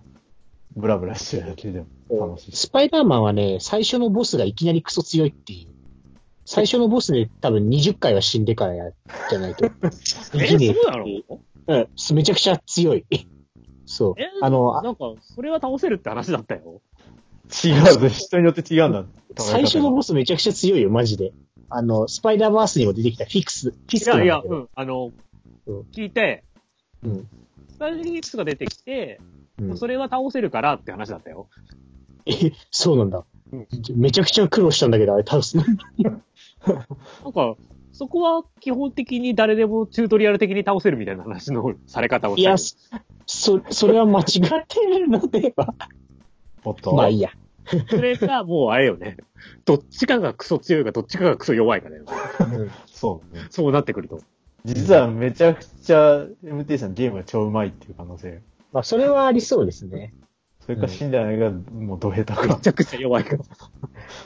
C: ブラブラしてるだけでも楽しいし。
B: スパイダーマンはね、最初のボスがいきなりクソ強いっていう。最初のボスで多分20回は死んでからや、じゃないと。
A: (laughs) え
B: できねえ
A: そうなの
B: うん、めちゃくちゃ強い。 (laughs) そう
A: え。
B: あの、あ
A: なんか、それは倒せるって話だったよ。
C: 違うぜ、人によって違うんだ。
B: 最初のボスめちゃくちゃ強いよ、マジで。あの、スパイダーバースにも出てきたフィックス、フィ
A: い
B: スク
A: や
B: ないん
A: や、
B: だけ
A: う
B: ど。
A: ん、あの
B: うん、
A: 聞いて、
B: うん
A: スタジリックスが出てきて、
B: うん
A: それは倒せるからって話だったよ。
B: え、そうなんだ
A: うん。
B: めちゃくちゃ苦労したんだけど、あ
A: (laughs)
B: れ倒すの。
A: なんか、そこは基本的に誰でもチュートリアル的に倒せるみたいな話のされ方を
B: い
A: した
B: や、
A: け
B: そ、そそれは間違ってるのでは。
C: おっと。
B: まあいいや。
A: どそれがもうあれよね。どっちかがクソ強いか、どっちかがクソ弱いかだよ。
C: そうね。
A: そうなってくると。
C: 実はめちゃくちゃ MT さんゲームが超うまいっていう可能性。
B: まあそれはありそうですね。
C: それか死んだのがもうド下手
A: め
C: か。
A: ちゃくちゃ弱いから。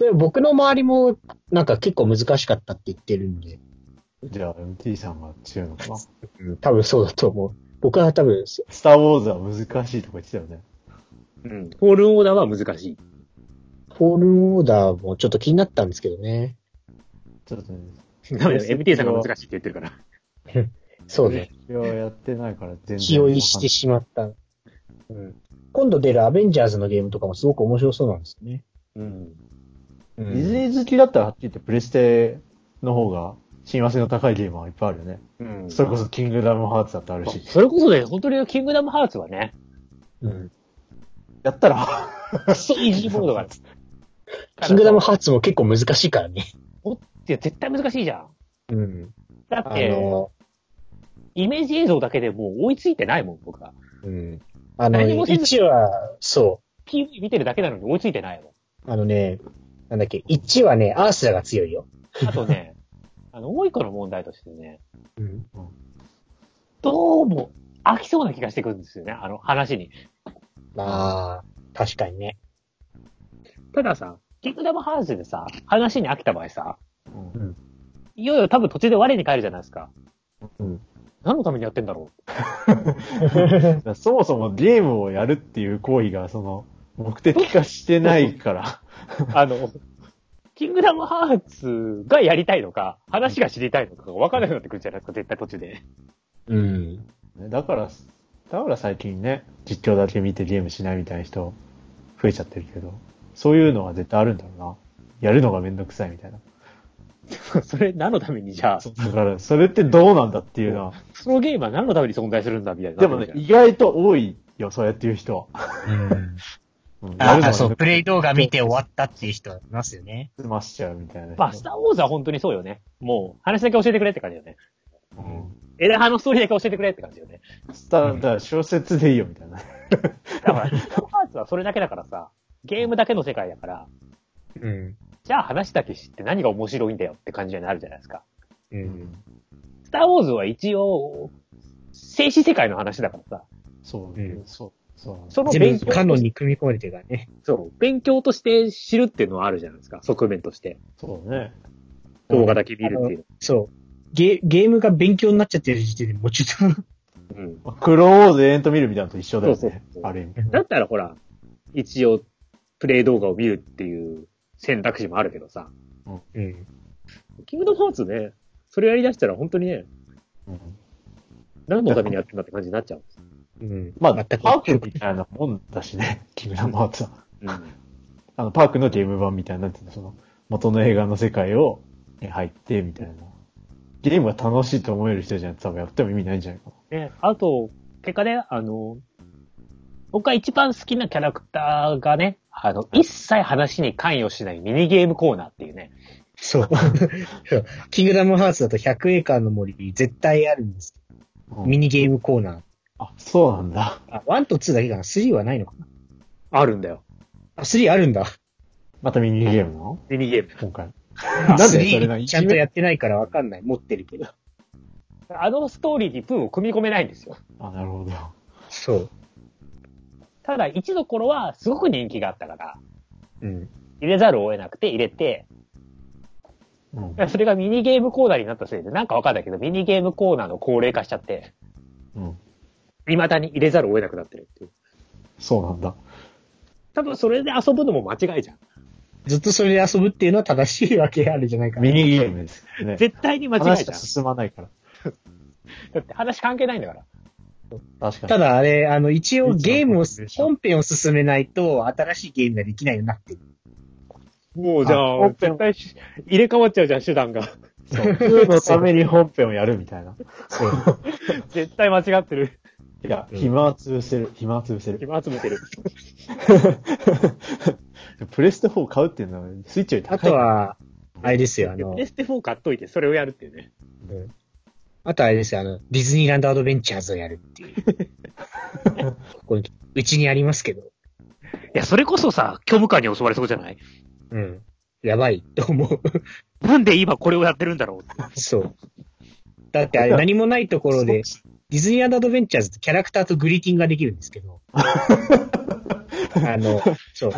B: で僕の周りも、なんか結構難しかったって言ってるんで、
C: じゃあ MT さんが強いのかな。
B: うん、多分そうだと思う。僕は多分、
C: スターウォーズは難しいとか言ってたよね。
A: うん。フォールンオーダーは難しい。
B: フォールンオーダーもちょっと気になったんですけどね。
C: ちょっとね。
A: ダメだよ。MT さんが難しいって言ってるから。
B: そうね。。
C: はやってないから全然。
B: 気負いしてしまった。うん、今度出るアベンジャーズのゲームとかもすごく面白そうなんですよね。
A: うん。
B: う
C: ディ
B: ん、
C: ズニー好きだったらはっきり言ってプレステの方が親和性の高いゲームはいっぱいあるよね。
A: うん。
C: それこそキングダムハーツだってあるし。
A: それこそね、本当にキングダムハーツはね、
B: うん
C: やったら、
A: クソイージーモードがある。
B: キングダム
A: ハーツ
B: ハーツも結構難しいからね。
A: って絶対難しいじゃん。
B: うん。
A: だっ
B: あ
A: て、
B: の、
A: イメージ映像だけでもう追いついてないもん、僕は。
B: うん。あの、
A: 何もせず
B: 1は、そう。
A: PV 見てるだけなのに追いついてないも
B: あのね、なんだっけ、1はね、アースラが強いよ。
A: ん。あと
B: (laughs)
A: ね、あの、もう一個の問題としてね、
B: うん。
A: どうも飽きそうな気がしてくるんですよね、あの話に。
B: まあ、確かに (laughs) ね。
A: たださ、キングダムハーツでさ、話に飽きた場合さ、
C: うん
A: いよいよ多分途中で我に返るじゃないですか。
B: うん。
A: 何のためにやってんだろ
C: だからそもそもゲームをやるっていう行為がその目的化してないから。
A: う。あの、キングダムハーツがやりたいのか、話が知りたいのかが分からなくなってくるじゃないですか、絶対途中
B: (laughs)
A: で。
B: うん。
C: ねだから、だから最近ね、実況だけ見てゲームしないみたいな人増えちゃってるけど、そういうのは絶対あるんだろうな。やるのがめんどくさいみたいな。
A: それ何のためにじゃあ、
C: そうだから、それってどうなんだっていうのは。
A: そのゲームは何のために存在するんだみたいな。
C: でもね、意外と多いよ、そうやっていう人は。うんやるの
B: あ、
C: が
B: そ
C: めんど
B: う、
C: く
B: プレイ動画見て終わったっていう人いますよね。
C: 済ましちゃうみたいな人。
A: まあ、スターウォーズは本当にそうよね。もう、話だけ教えてくれって感じよね。
C: うん
A: エレハのストーリーだけ教えてくれって感じよね。
C: スター、だから小説でいいよみたいな。
A: だから、スターハーツはそれだけだからさ、ゲームだけの世界だから、
B: うん。
A: じゃあ話だけ知って何が面白いんだよって感じになるじゃないですか。
B: う。
C: うんん
A: スターウォーズは一応、静止世界の話だからさ、
C: そう、
B: うん
C: そう。そう。
A: その
B: 全
A: 勉
B: 部
A: 強
B: カ
A: と
B: ノン
A: し
B: に組み込まれてるからね。
A: そう、勉強として知るっていうのはあるじゃないですか、側面として。
C: そうね。
A: 動画だけ見るっていう
B: そう。ゲゲームが勉強になっちゃってる時点でもうちょっと
A: の。うん。
C: クローンウォーズエント見るみたいなのと一緒だよね。
A: そうそうそう
C: ある意味。
A: だったらほら、一応、プレイ動画を見るっていう選択肢もあるけどさ、
B: うん。
A: キングダムハーツね、それやり出したら本当にね、
C: うん
A: 何のためにやってんだって感じになっちゃう。
B: うん。
C: まあ、
B: 全く
C: パークみたいなもんだしね、 (laughs) キングダムハーツは。
A: うん。
C: あの、パークのゲーム版みたいになっててその、元の映画の世界をね入って、みたいな。ゲームが楽しいと思える人じゃんと多分やっても意味ないんじゃないか
A: ね、あと、結果ね、あの、僕が一番好きなキャラクターがね、あの、一切話に関与しないミニゲームコーナーっていうね。
B: そう。そうキングダムハーツだと100エーカーの森絶対あるんです。
C: な。うん
B: ミニゲームコーナー。
C: あ、そうなんだ。
B: あ、1と2だけかな ?3 はないのかな
A: あるんだよ。
B: あ、3あるんだ。
C: またミニゲームなの
A: ミニゲーム。
C: 今回。
B: なん
C: でそれな
B: ちゃんとやってないからわかんない。持ってるけど。
A: あのストーリーにプーを組み込めないんですよ。
C: あ、なるほど。
B: そう。
A: ただ、一の頃はすごく人気があったから、
B: うん。
A: 入れざるを得なくて入れて、
C: うん。
A: それがミニゲームコーナーになったせいで、なんかわかんないけど、ミニゲームコーナーの高齢化しちゃって、
C: うん。
A: 未だに入れざるを得なくなってるっていう。
C: そうなんだ。
A: 多分それで遊ぶのも間違いじゃん。
B: ずっとそれで遊ぶっていうのは正しいわけあるじゃないかな。
C: ミニゲームですね。
A: 絶対に間違い
C: 話
A: じ
C: が
A: ゃん。
C: 進まないから。
A: だって話関係ないんだから。
C: 確かに。
B: ただあれ、あの、一応ゲームを
C: いつの話で、しょ
B: 本編を進めないと新しいゲームができないようになってる。
A: も
C: うじゃあ
A: 絶対し入れ替わっちゃうじゃん、手段が。
C: (laughs) そう、2のために本編をやるみたいな。
B: そう。
A: (laughs) 絶対間違ってる。
C: いや、
B: うん
C: 暇は潰せる。暇は潰せる。
A: 今集めてる。
C: (laughs) プレステ4買うっていうのは、スイッチより高い。
B: あと、は、あれですよ、あの
A: プレ、ステ4買っといて、それをやるっていうね。
B: うんあとあれですよ、あの、ディズニーランドアドベンチャーズをやるっていう。ここに、うちにありますけど。
A: いや、それこそさ、虚無感に襲われそうじゃない
B: うん。やばい、と思う。
A: なんで今これをやってるんだろう
B: そう。だってあれ何もないところで、ディズニーランドアドベンチャーズってキャラクターとグリーティングができるんですけ (laughs) ど。あの、そう。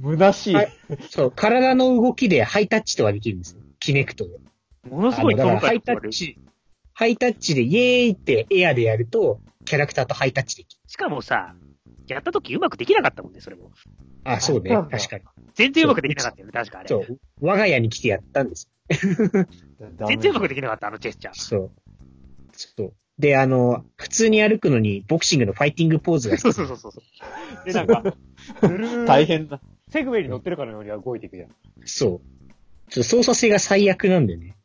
C: 虚しい。
B: はいそう、体の動きでハイタッチとかできるんですよ。キネクトで。
A: ものす
B: あ
A: ご
B: の
A: い
B: だ
A: 虚無
B: からハ
A: 感
B: イ
A: に襲
B: タ
A: われ
B: ッ
A: る。し
B: チ、ハイタッチでイエーイってエアでやると、キャラクターとハイタッチできる。
A: かもさ、やった時うまくできなかったもんね、それも。
B: あ、そうね。
C: あそう
B: 確
C: なんだ
B: かに。
A: 全然うまくできなか (laughs) ったよね、確かあれ。
B: そう。我が家に来てやったんです。
A: 全然うまくできなかった、あのジェスチャー。
B: そう。そう。で、あの、普通に歩くのにボクシングのファイティングポーズが必
A: そうそ
B: 要
A: うそうそう。で、なん (laughs) か、ぐるー
C: 大変だ。
A: セグウェイに乗ってるからのように動いていくじゃん。
B: そう。ちょっと操作性が最悪なんで (laughs) ね。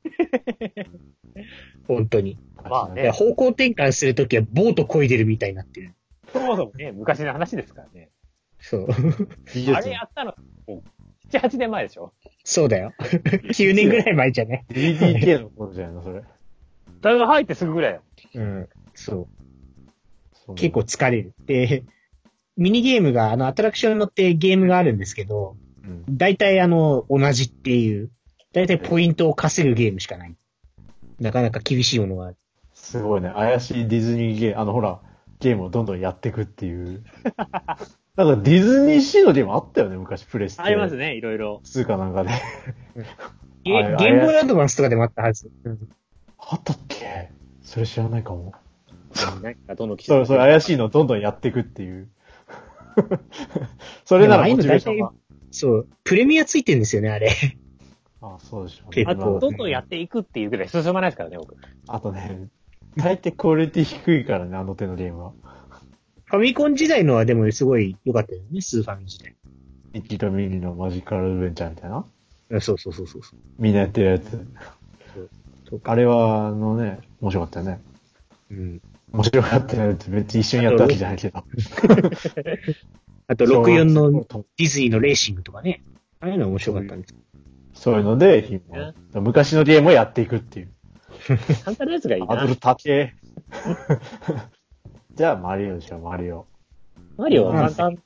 B: 本当に。
A: まあ
B: いや
A: ね、
B: 方向転換するときはボート漕いでるみたいになってる。
A: そもそもね、昔の話ですからね。
B: そう。
C: 技
A: あ
C: 術
A: れ
C: も
A: や。ったの、7、8年前でしょ
B: そうだよ。9年ぐらい前じゃね。
C: DDK の頃じゃないの、それ。
A: 大学入ってすぐぐらいよ。
B: うん。そう。
C: そう
B: 結構。疲れる。で、ミニゲームが、あの、アトラクションに乗ってゲームがあるんですけど、
C: うん
B: 大体あの、同じっていう、大体ポイントを稼ぐゲームしかない。なかなか厳しいものがある。
C: すごいね。怪しいディズニーゲーム、あの、ほら、ゲームをどんどんやっていくっていう。 (laughs) なんかディズニーシーのゲームあったよね、昔、プレステ。
A: あります。ね、いろいろ。
C: 通貨なんかで。
B: ゲ
C: あれ
B: ゲームボーイアドバンスとかでもあったはず。うん
C: あったっけそれ知らないかも。
A: 何かどの機
C: そ
A: 種
C: れ、それ怪しいのどんどんやっていくっていう。 (laughs) それならモチベーションが。
B: そう。プレミアついてるんですよね、あれ。
C: あ、そうでしょう
B: 結構
A: あと、
B: と
A: どんどんやっていくっていうぐらい進まないですからね、僕。
C: あとね、大抵クオリティ低いからね、あの手のゲームは。
B: ファミコン時代のはでもすごい良かったよね、スーファミ時代。
C: ミッキーとミニーのマジカルアドベンチャーみたいな。
B: うんそうそうそうそうそう。
C: みんなやってるやつ。
B: そうか。
C: あれは、あのね、面白かったよね。
B: うん。
C: 面白かったよねって別に一緒にやったわけじゃないけど。
B: あと、64の
C: そう
B: ディズニーのレーシングとかね。ああいうのは面白かったんです。
C: そういうので、紐昔のゲームをやっていくっていう。
A: 簡単なやつがいい
C: アド
A: な
C: ル。高え。 (laughs) じゃあ、マリオでしょ、マリオ。
A: マリオは簡単。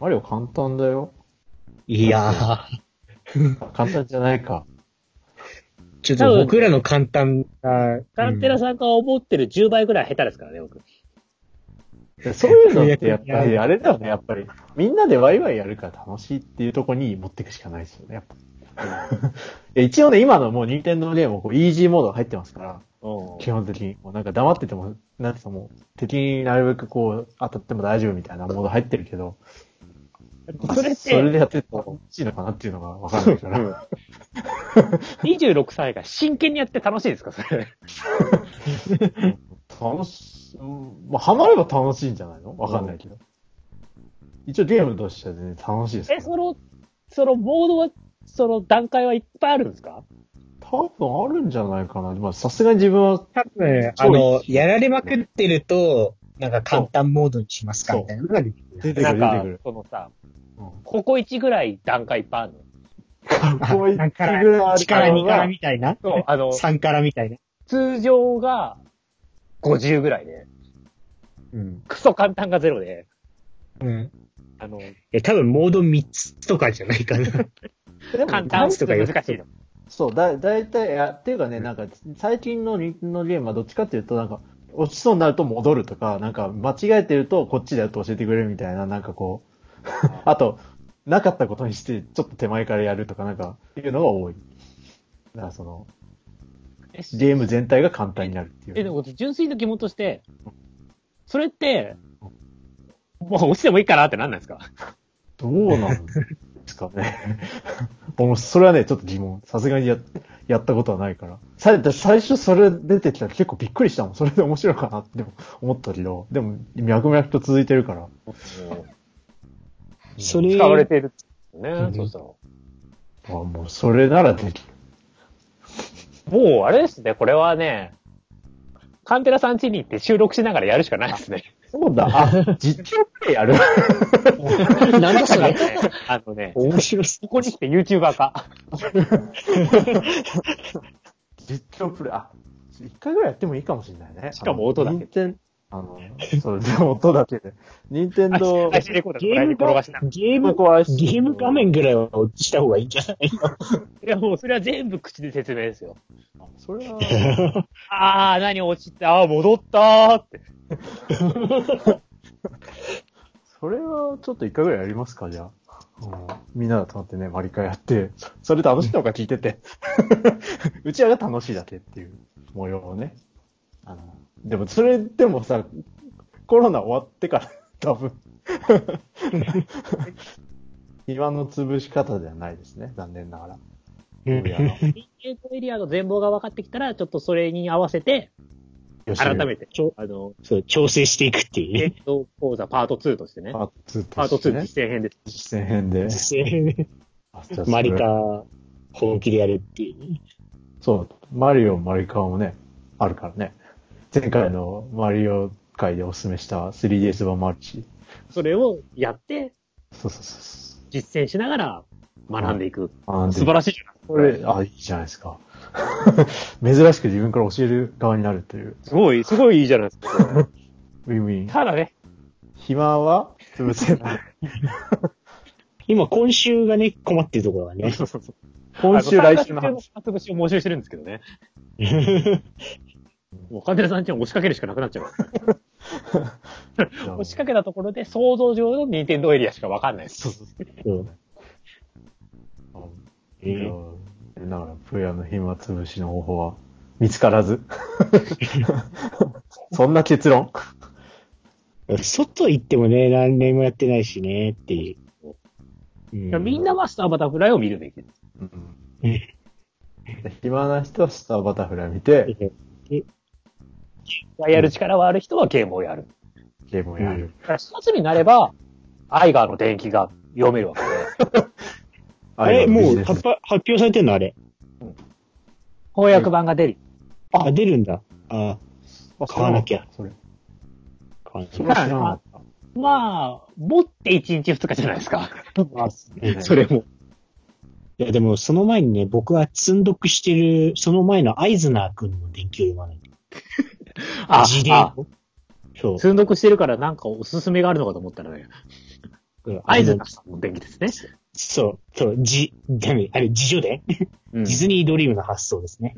C: マリオ簡単だよ。
B: いやー。
C: 簡単じゃないか。
B: ちょっと僕らの簡単な、
A: カンテラさんが思ってる10倍ぐらい下手ですからね、僕。
C: そういうのってやっぱり、あれだよね、やっぱり。みんなでワイワイやるから楽しいっていうところに持っていくしかないですよね、やっぱ。 (laughs) いや一応ね、今のもう任天堂のゲームもこう、イージーモードが入ってますから、
A: うん
C: 基本的に。もうなんか黙ってても、なんていうのもう、敵になるべくこう、当たっても大丈夫みたいなモード入ってるけど、
A: それっ
C: それ
A: て、
C: でやってると楽しいのかなっていうのがわからないから。
A: 26歳が真剣にやって楽しいですかそれ。
C: 楽し、うんまあ、ハマれば楽しいんじゃないのわかんないけど。一応ゲームとしては全然楽しいですか
A: え、
C: ら。
A: その、そのモードは、その段階はいっぱいあるんですか
C: 多分あるんじゃないかな。まあ、さすがに自分は、
B: 多分、あ
C: そう
B: の、やられまくってると、なんか簡単モードにしますかみたいなのが出てくる。
C: 出てく
A: なん
C: る、出て
A: か
C: くる、。
A: そのさ、
C: うん
A: ここ1ぐらい段階いっぱいあるの。
C: ここ一
B: 3か
C: ぐ
B: ら
C: らい
B: 1から2からみたいな
A: そう、あの、
B: ?3 からみたいな。
A: 通常が50ぐらいで、
C: うん。
A: クソ簡単がゼロで、
B: うん。
A: あの、
B: え、多分モード3つとかじゃないかな。
C: でも
A: 簡単とか
B: よ
A: 難しいの。
C: そう、だ、だいたい、あっていうかね、なんか、最近の任天堂のゲームはどっちかっていうと、なんか、落ちそうになると戻るとか、なんか、間違えてると、こっちだよって教えてくれるみたいな、なんかこう、 (laughs) あと、なかったことにして、ちょっと手前からやるとか、なんか、っていうのが多い。だから、その、
A: え
C: ゲーム全体が簡単になるっていう。
A: え、でも純粋な疑問として、それって、もう落ちてもいいかなってなんないですか
C: どうなんですかね。 (laughs) もうそれはね、ちょっと疑問。さすがにや、やったことはないから。さ最初それ出てきたら結構びっくりしたもん。それで面白いかなってでも思ったけど、でも、脈々と続いてるから。
B: それ、
A: 使われてる。ね
B: う、ん
A: そうそ
C: あもうそれならでき
A: う。もう、あれですね、これはね、カンテラさん家に行って収録しながらやるしかないですね。
C: る。そう
A: (laughs)
C: だ。あ、実況プレイやる。
B: なんだそれ。
A: あのね、
B: 面白そ
A: ここに来て YouTuber 化。
C: 実況プレイ。あ、一回ぐらいやってもいいかもしれないね。
A: しかも音だけ
C: 任天あの、そう、でも音だけで。任天堂
A: IC レコーダー
B: ゲ
A: の前に
B: ーム
A: 転
B: が
A: がしな。
B: ゲーム、
C: こは
B: ゲーム画面ぐらいは落ちた方がいいんじゃない
A: いや、もうそれは全部口で説明ですよ。
C: そ
A: (laughs)
C: れは、
A: あー、何落ちた、あー、戻ったーって。
C: それはちょっと一回ぐらいやりますか、じゃあ。うんみんなだと思ってね、マリカやって、そそれ楽しいのか聞いてて。 (laughs) うちらが楽しいだけっていう模様をね。あの、でもそれでもさ、コロナ終わってから、多分。 (laughs) 今の潰し方ではないですね、残念ながら。
A: ゲートエリアの全貌が分かってきたら、ちょっとそれに合わせて、改めて、あの、
B: そう、調整していくっていう
A: ゲ
B: ね。
A: ート講座パート2としてね。
C: パート2
A: パート
C: として
A: 2
C: ね
A: 実。践編です。
C: 実践編で。
B: 実践 (laughs) マリカ、本気でやるっていう。
C: そう、マリオ、マリカーもね、あるからね。前回のマリオ会でおすすめした 3DS 版マルチ。
A: それをやって、
C: そうそうそ
A: 実践しながら学んでいく。
C: う。あ
A: 素晴らしいじゃない
C: これ、あ、いいじゃないですか。 (laughs) 珍しく自分から教える側になるという、
A: すごい、すごいいいじゃないですか。
C: ウィンウィン。
A: ただね、
C: 暇は潰
A: (laughs)
C: せない。
B: 今、今週がね、困ってるところがね。
C: 今週、来週の
A: 話。
C: 話。
A: 三角形のを募集してるんですけどね。もう、カンテラさんちは押しかけるしかなくなっちゃう。押しかけたところで、想像上の任天堂エリアしかわかんないです。
C: そうそうそう
B: うん
C: いやだから、プレイヤーの暇潰しの方法は見つか
A: (laughs)
C: らず。そんな結論
B: 外行ってもね、何年もやってないしね、っていう。う
A: いやみんなはスターバタフライを見るべきです。
C: うん暇な人はスターバタフライ見て、
A: やる力はある人はゲームをやる。
C: ゲームをやる。
A: だから一つになれば、アイガーの電気が読めるわけで。
B: あれ、
C: ビ
B: も
C: ジ
B: う
C: ネス
B: 発表発表されてんのあれ。
A: 翻訳版が出る。
B: あ、出るんだ。あ
C: あ
B: 買わなきゃ。
C: それ。
B: 買わなき
C: そ
B: ゃ
C: れは知らなかっ
A: まあ、持って1日2日じゃないですか。
C: (laughs) た。
A: それも。
B: いや、でも、その前にね、僕が積んどくしてる、その前のアイズナー君の電気を読まないと。
A: あ
B: 自、伝
A: あ、
B: をそう。
A: 寸読してるからなんかおすすめがあるのかと思ったらね、アイズナさんの電気ですね。
B: そう、そう、じ、ダメ、あれ、自助伝、
A: う
B: ディズニードリームの発想ですね。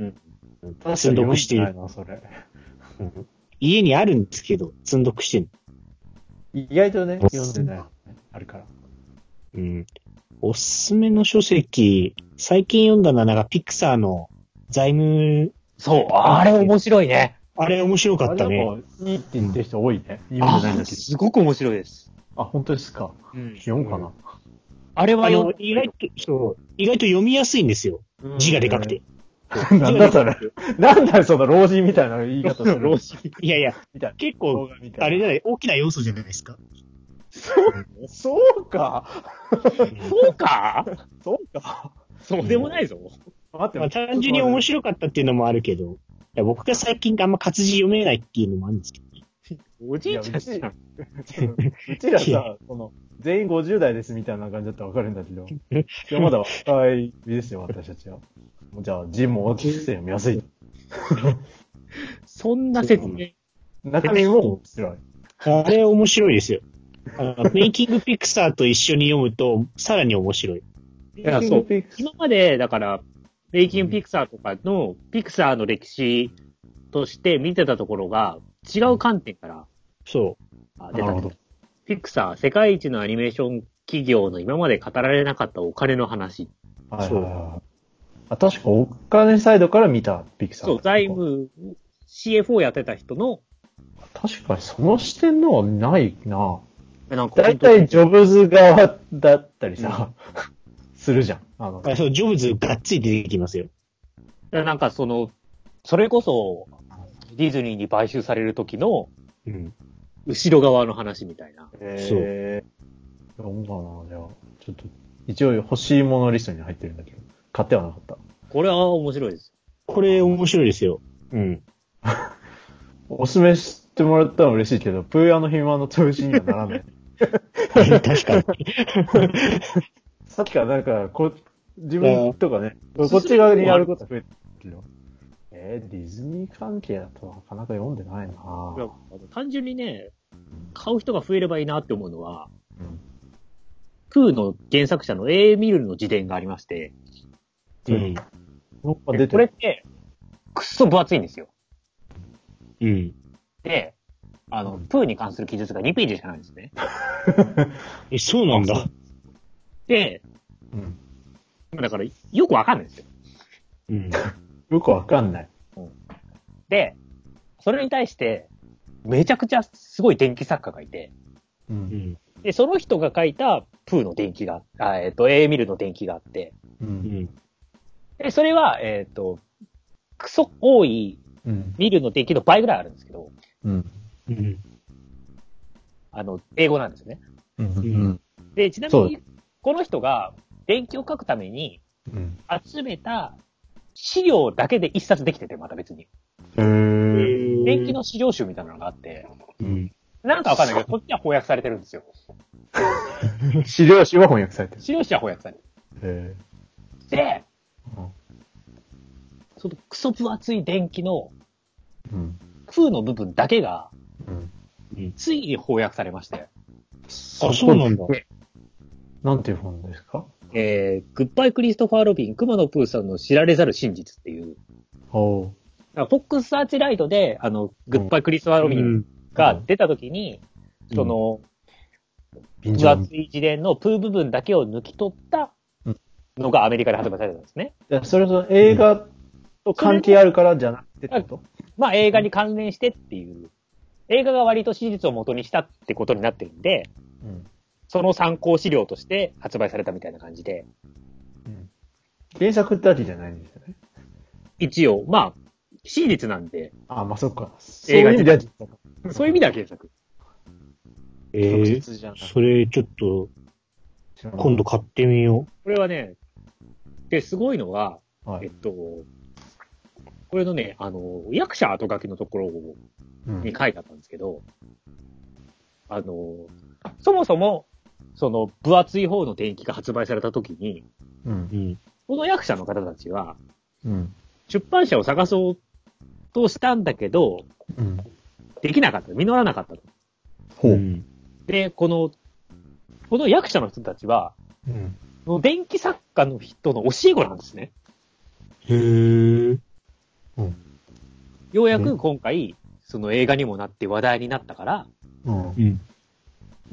C: 積
B: 積んどくして
C: る
B: る
C: のそれ。
B: 家にあるんですけど、積んどくしてる。
C: 意外とね、読んでない。あるから。
B: うん。おすすめの書籍、最近読んだのはなんかピクサーの財務、
A: そう、あれ面白いね。
B: あれ面白かった
C: あれ
B: ね。
C: なんかいいって言ってる人多いね。読んでないん
A: あ
C: だけど。
A: すごく面白いです。
C: あ、本当ですか。
A: うん
C: 読むかな。
A: あれは
B: あの
A: よ、、
B: 意外と、そう、意外と読みやすいんですよ。字がでかくて。
C: うん。なんだそ
B: (laughs)
C: れ。なんだよその老人みたいな言い方す
A: (laughs)
C: る。
A: 老
C: 人
B: いやいや、
C: みたいな。
B: 結構、
C: みた
B: あ
C: いな
B: れじゃない、大きな要素じゃないですか。
C: そうか。
A: そうか
C: そうか。
A: そうでもないぞ。
C: 待って
B: まあ、単純に面白かったっていうのもあるけど、いや僕が最近あんま活字読めないっていうのもあるんですけど。
A: おじいちゃんじ
C: い
A: ゃ
C: や
A: ん。
C: うちらさ、その、全員50代ですみたいな感じだったらわかるんだけど、いやまだ若いですよ、私たちは。じゃあ、字も大きくて読みやすい。
A: そんな説明。
C: 中身も面白い。
B: あれ面白いですよ。あのメイキングピクサーと一緒に読むと、さらに面白い。
A: いやそう
C: ピンクピ
A: 今まで、だから、メイキングピクサーとかの、ピクサーの歴史として見てたところが、違う観点から
B: そ
A: あ
C: ク
A: 出
C: な
A: た
C: る
A: ね
C: ほど。
A: ピクサー、世界一のアニメーション企業の今まで語られなかったお金の話。
C: はい
B: そ
C: は
B: う
C: いはい。あ、確かお金サイドから見たピクサー。
A: そう、財。務、CFO やってた人の、
C: 確かにその視点のはないな。
A: なんか、
C: だいたいジョブズ側だったりさ、するじゃん。あの
B: う。、あそう、ジョブズがっつり出てきますよ。
A: なんかその、それこそ、ディズニーに買収される時の、
B: うん。
A: 後ろ側の話みたいな。
C: えー、読んだな、じゃあ。ちょっと、一応欲しいものリストに入ってるんだけど、買ってはなかった。
A: これは面白いです。
B: これ面白いですよ。うん。
C: おすすめしてもらったら嬉しいけど、プーヤの暇の通信にはならない。
B: 確かに。
C: さっきからなんか、こ、自分とかね、こっち側にやること増えてるけど。えー、ディズニー関係だとなかなか読んでないない
A: や単純にね、買う人が増えればいいなって思うのは、
C: うん
A: クーの原作者の A ミルの自伝がありまして、
B: うん。
C: なんか出て
A: これって、くっそ分厚いんですよ。
B: うん。
A: で、あの、プーに関する記述が2ページしかないんですね。
B: え、そうなんだ。
A: で、
C: うん
A: だから、よくわかんないんですよ。
B: うん。
C: よくわかんない。
A: で、それに対して、めちゃくちゃすごい電気作家がいて、
C: う。
B: うんん。
A: で、その人が書いたプーの電気が、あえっ、と、A ミルの電気があって、
C: う。
B: うんん。
A: で、それは、えっ、と、クソ多い
C: うん。
A: ミルの電気の倍ぐらいあるんですけど、
C: うん。
B: うん。
A: あの、英語なんですよね。
C: うん。
A: で、ちなみに、この人が電気を書くために
C: うん。
A: 集めた資料だけで一冊できてて、また別に。
C: へー。
A: 電気の資料集みたいなのがあって、
B: うん。
A: なんかわかんないけど、こっちは翻訳されてるんですよ。
C: 資料紙は翻訳されてる。
A: 資料集は翻訳されて
C: へ
A: る。で、
C: ー。
A: そのクソ分厚い電気の
C: うん。
A: 空の部分だけが、
C: うん。
A: ついに翻訳されまして、
B: あ、そうなんだ。
C: なんていう本ですか
A: えー、グッバイクリストファー・ロビン、熊野プーさんの知られざる真実っていう、
C: おう。
A: フォックスサーチライトで、あの、グッバイクリストファー・ロビンが出た時に、その、
C: 便
A: 分
C: 乗。い
A: 厚い自伝のプー部分だけを抜き取ったのがアメリカで発売されたんですね。
C: や、それと映画と関係あるからじゃなくてってこと
A: まあ映画に関連してっていう、映画が割と史実を元にしたってことになってるんで、
C: うん。
A: その参考資料として発売されたみたいな感じで、
C: うん。原作ってわけじゃないんですよね。
A: 一応、まあ、史実なんで、
C: あ、まあ、そっか。
A: 映画
C: そういう意味では実は
A: そういう意味では原作。
B: え
C: 直
B: ー、
C: 接じゃなくて
B: それちょっと、今度。買ってみよ
A: これはね、で、すごいのは、
C: は
A: えっ
C: い。
A: と、これのね、あの、役者後書きのところ
C: うん
A: に書いてあったんですけど、あの、そもそも、その、分厚い方の電気が発売された時に、
C: うん
B: う。。うん。
A: この役者の方たちは、
C: うん。
A: 出版社を探そうとしたんだけど、
C: うん。
A: できなかった。実らなかったと。
C: ほう。
B: う
C: うん。
B: ん。
A: で、この、この役者の人たちは、この電気作家の人の教え子なんですね。
B: へー。
A: ようやく今回、その映画にもなって話題になったから、
C: うん。
B: うん。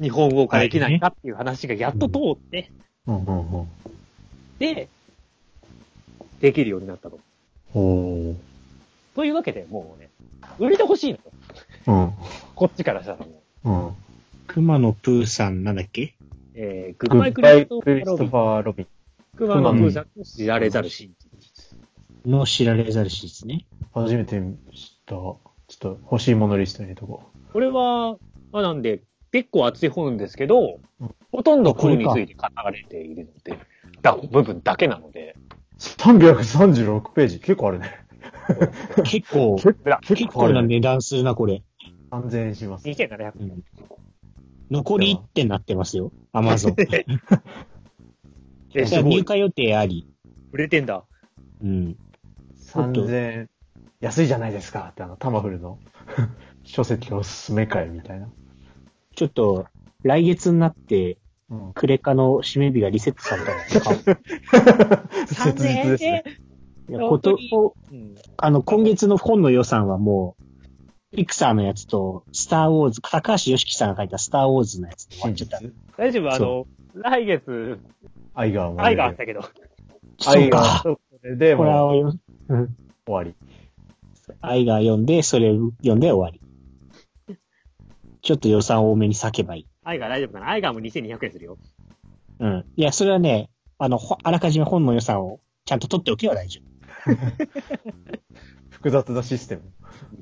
A: 日本語化できないかっていう話がやっと通って、
C: うんうんうん。
A: で、できるようになったと。
C: おー。
A: というわけで、もうね、売れてほしいのよ。
C: うん。
A: こっちからしたらもう。
C: うん。
B: 熊野プーさんなんだっけ
A: えー、グ
C: グ
A: ッバイ
C: ッ
A: ク
C: バ
A: リ
C: イ
A: スト
C: クリストフ
A: ファーロビンク
C: ァー・ロビン。
A: マのプーさんの知られざる真
B: の知られざる史ですね。
C: 初めて知った。ちょっと欲しいものリストに入れとこ
A: これは、まあなんで、結構厚い本ですけど
C: うん、
A: ほとんどこれについて語られているので、だ部分だけなので、
C: う。336ページ。結構あるね。
B: 結 (laughs) 構、
C: 結
B: 結構な値段するな、これ。
C: 3000円します。
A: 2700
B: うん残り1点なって (laughs) ますよ。アマゾン。
A: え、
B: じゃあ
A: すご
B: 入
A: い。
B: 荷予定あり。
A: 売れてんだ。
B: うん。
C: 3000円。安いじゃないですかって、あの、タマフルの (laughs) 書籍おすすめ会みたいな。
B: ちょっと、来月になって、
C: うん。
B: クレカの締め日がリセットされた (laughs) のかも
C: (laughs) 切実ですね。
B: いやこと
A: うん。
B: あの、今月の本の予算はもう、ピクサーのやつと、スターウォーズ、高橋良樹さんが書いたスターウォーズのやつで終わっ
C: 真
B: ちゃった。
C: 実。
A: 大丈夫あの
B: そ、
A: 来月、
C: 愛が生まれ
A: 愛
C: る
A: があったけど、
B: そう
C: が
B: か。
C: それで、
B: これ
C: もう
B: はよ、うん。
C: 終わ
B: 愛が読んで、それを読んで終わり。ちょっと予算を多めに割けばいい。
A: 愛が大丈夫かな愛がもう2200円するよ。
B: うん。いや、それはね、あの、ほあらかじめ本の予算をちゃんと取っておけば大丈
C: り。複雑なシステム。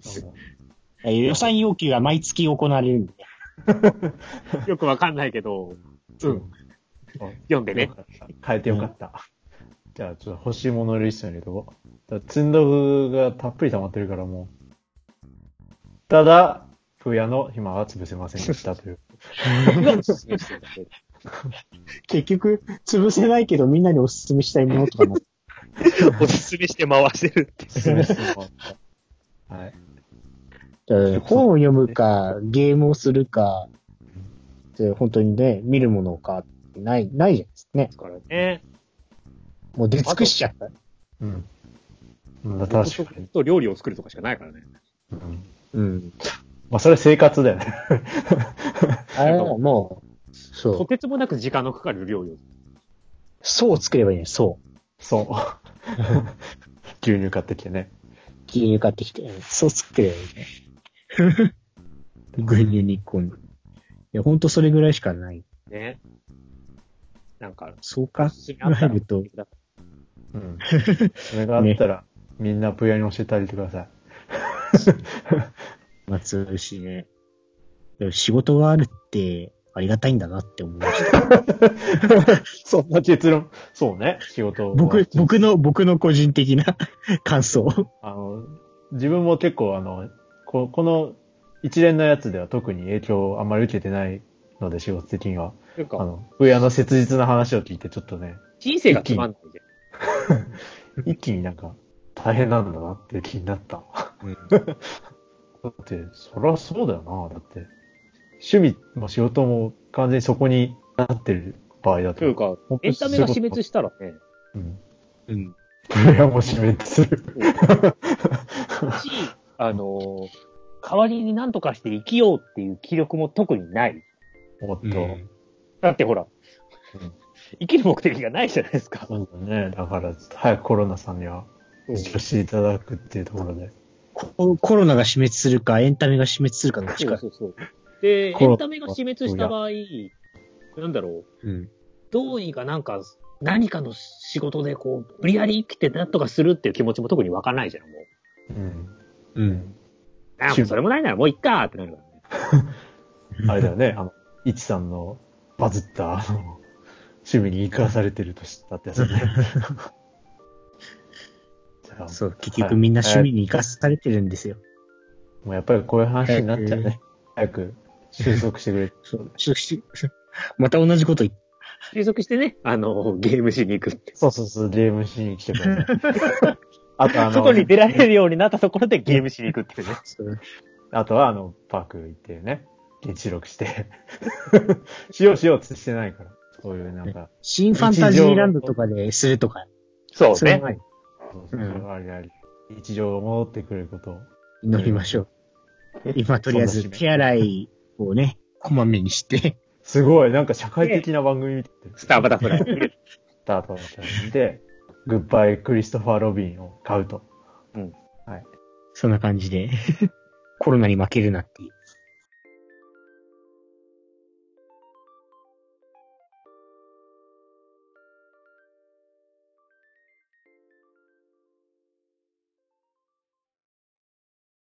B: 夫。え予算要求は毎月行われるんでね。
A: よくわかんないけど、
C: うん。
A: 読んでね。
C: 変えてよかった。じゃあ、ちょっと欲しいものリストに入れとこう。だから積んどくがたっぷり溜まってるからもう。ただ、風屋の暇は潰せませんでした (laughs) という。
B: 結局、潰せないけどみんなにおすすめしたいものとかも。
A: おすすめして回してるって。
C: はい。
B: うん本を読むか、ゲームをするか、で本当にね、見るものか、ない、ないじゃないです
A: か
B: かね。
A: らね。
B: もう出尽くしちゃった。
C: うん。うん、確かに。
A: と料理を作るとかしかないからね。
C: うん
B: うん。
C: まあ、それ生活だよね。 (laughs)
B: あれはもう、そ
A: と
B: う。
A: てつもなく時間のかかる料理を。
B: 層を作ればいいね、層。
C: そう。牛乳買ってきてね。
B: 牛乳買ってきて、うん層作ればいいね。 (laughs) 牛乳煮込んで。いや、ほんとそれぐらいしかない。
A: ね。なんか、
B: そうか。
A: 進みあった
B: 入
A: ら
B: ると、
C: うん。それがあったら、みんな風屋に教えてあげてください。
B: まあ、強いしね。でも仕事があるって、ありがたいんだなって (laughs) 思いました。
C: そんな結論。そうね。仕事を
B: 僕、僕の、僕の個人的な (laughs) 感想。
C: あの、自分も結構あの、ここの一連のやつでは特に影響をあんまり受けてないので、仕事的には。
A: なん
C: あ
A: か、
C: の、上の切実な話を聞いて、ちょっとね、
A: 人生がつまんないじゃん。
C: 一気になんか、大変なんだなって気になった。だって、そりゃそうだよな。だって、趣味も仕事も完全にそこになってる場合だ
A: という
C: と。
A: か、エンタメが死滅したらね、
C: うん。
B: うん。
C: 上も死滅する。
A: し、あのー、代わりに何とかして生きようっていう気力も特にない。
C: おっと。
A: だってほら
C: うん、
A: 生きる目的がないじゃないですか。
C: そうだね。だから、早くコロナさんには、自粛していただくっていうところで。
B: ココロナが死滅するか、エンタメが死滅するかの
A: そう
B: 力。
A: そうそう。で、エ
C: コロナ
A: ンタメが死滅した場合、なんだろう、
B: うん。
A: どうにかなんか、何かの仕事でこう、無理やり生きてなんとかするっていう気持ちも特に湧かないじゃん、もう。
C: うん。
B: うん。
A: あ、もうそれもないならもういっかーってなるからね。
C: あれだ
A: (laughs)
C: よね。あの、いちさんのバズった、あの、趣味に生かされてると知ったってやつだね。
A: (laughs)
C: じゃあ
B: そう、結局みんな趣味に生かされてるんですよ。
C: もうやっぱりこういう話になっちゃうね。早く収束してくれ。
B: そう。ししまた同じこと言っ
A: 収束してね、あの、ゲームしに行くって。
C: そうそうそう、ゲームしに来てください。あとあの、
A: 外に出られるようになったところでゲームしに行くっていうね。
C: あとはあの、パーク行ってね、現地録して。 (laughs) しようしようってしてないから。そういうなんか、
B: 新ファンタジーランドとかでするとか。
A: そ
B: それは。
C: そうそうそうありあり。日常が戻ってくることを。
B: 祈りましょう。今とりあえず手洗いをね、こまめにして、
C: すごい、なんか社会的な番組みたいな。
A: スターバタフライ。
C: だと思ったんで、グッバイクリストファー・ロビンを買うと。
B: (laughs) そんな感じで、コロナに負けるなっていう。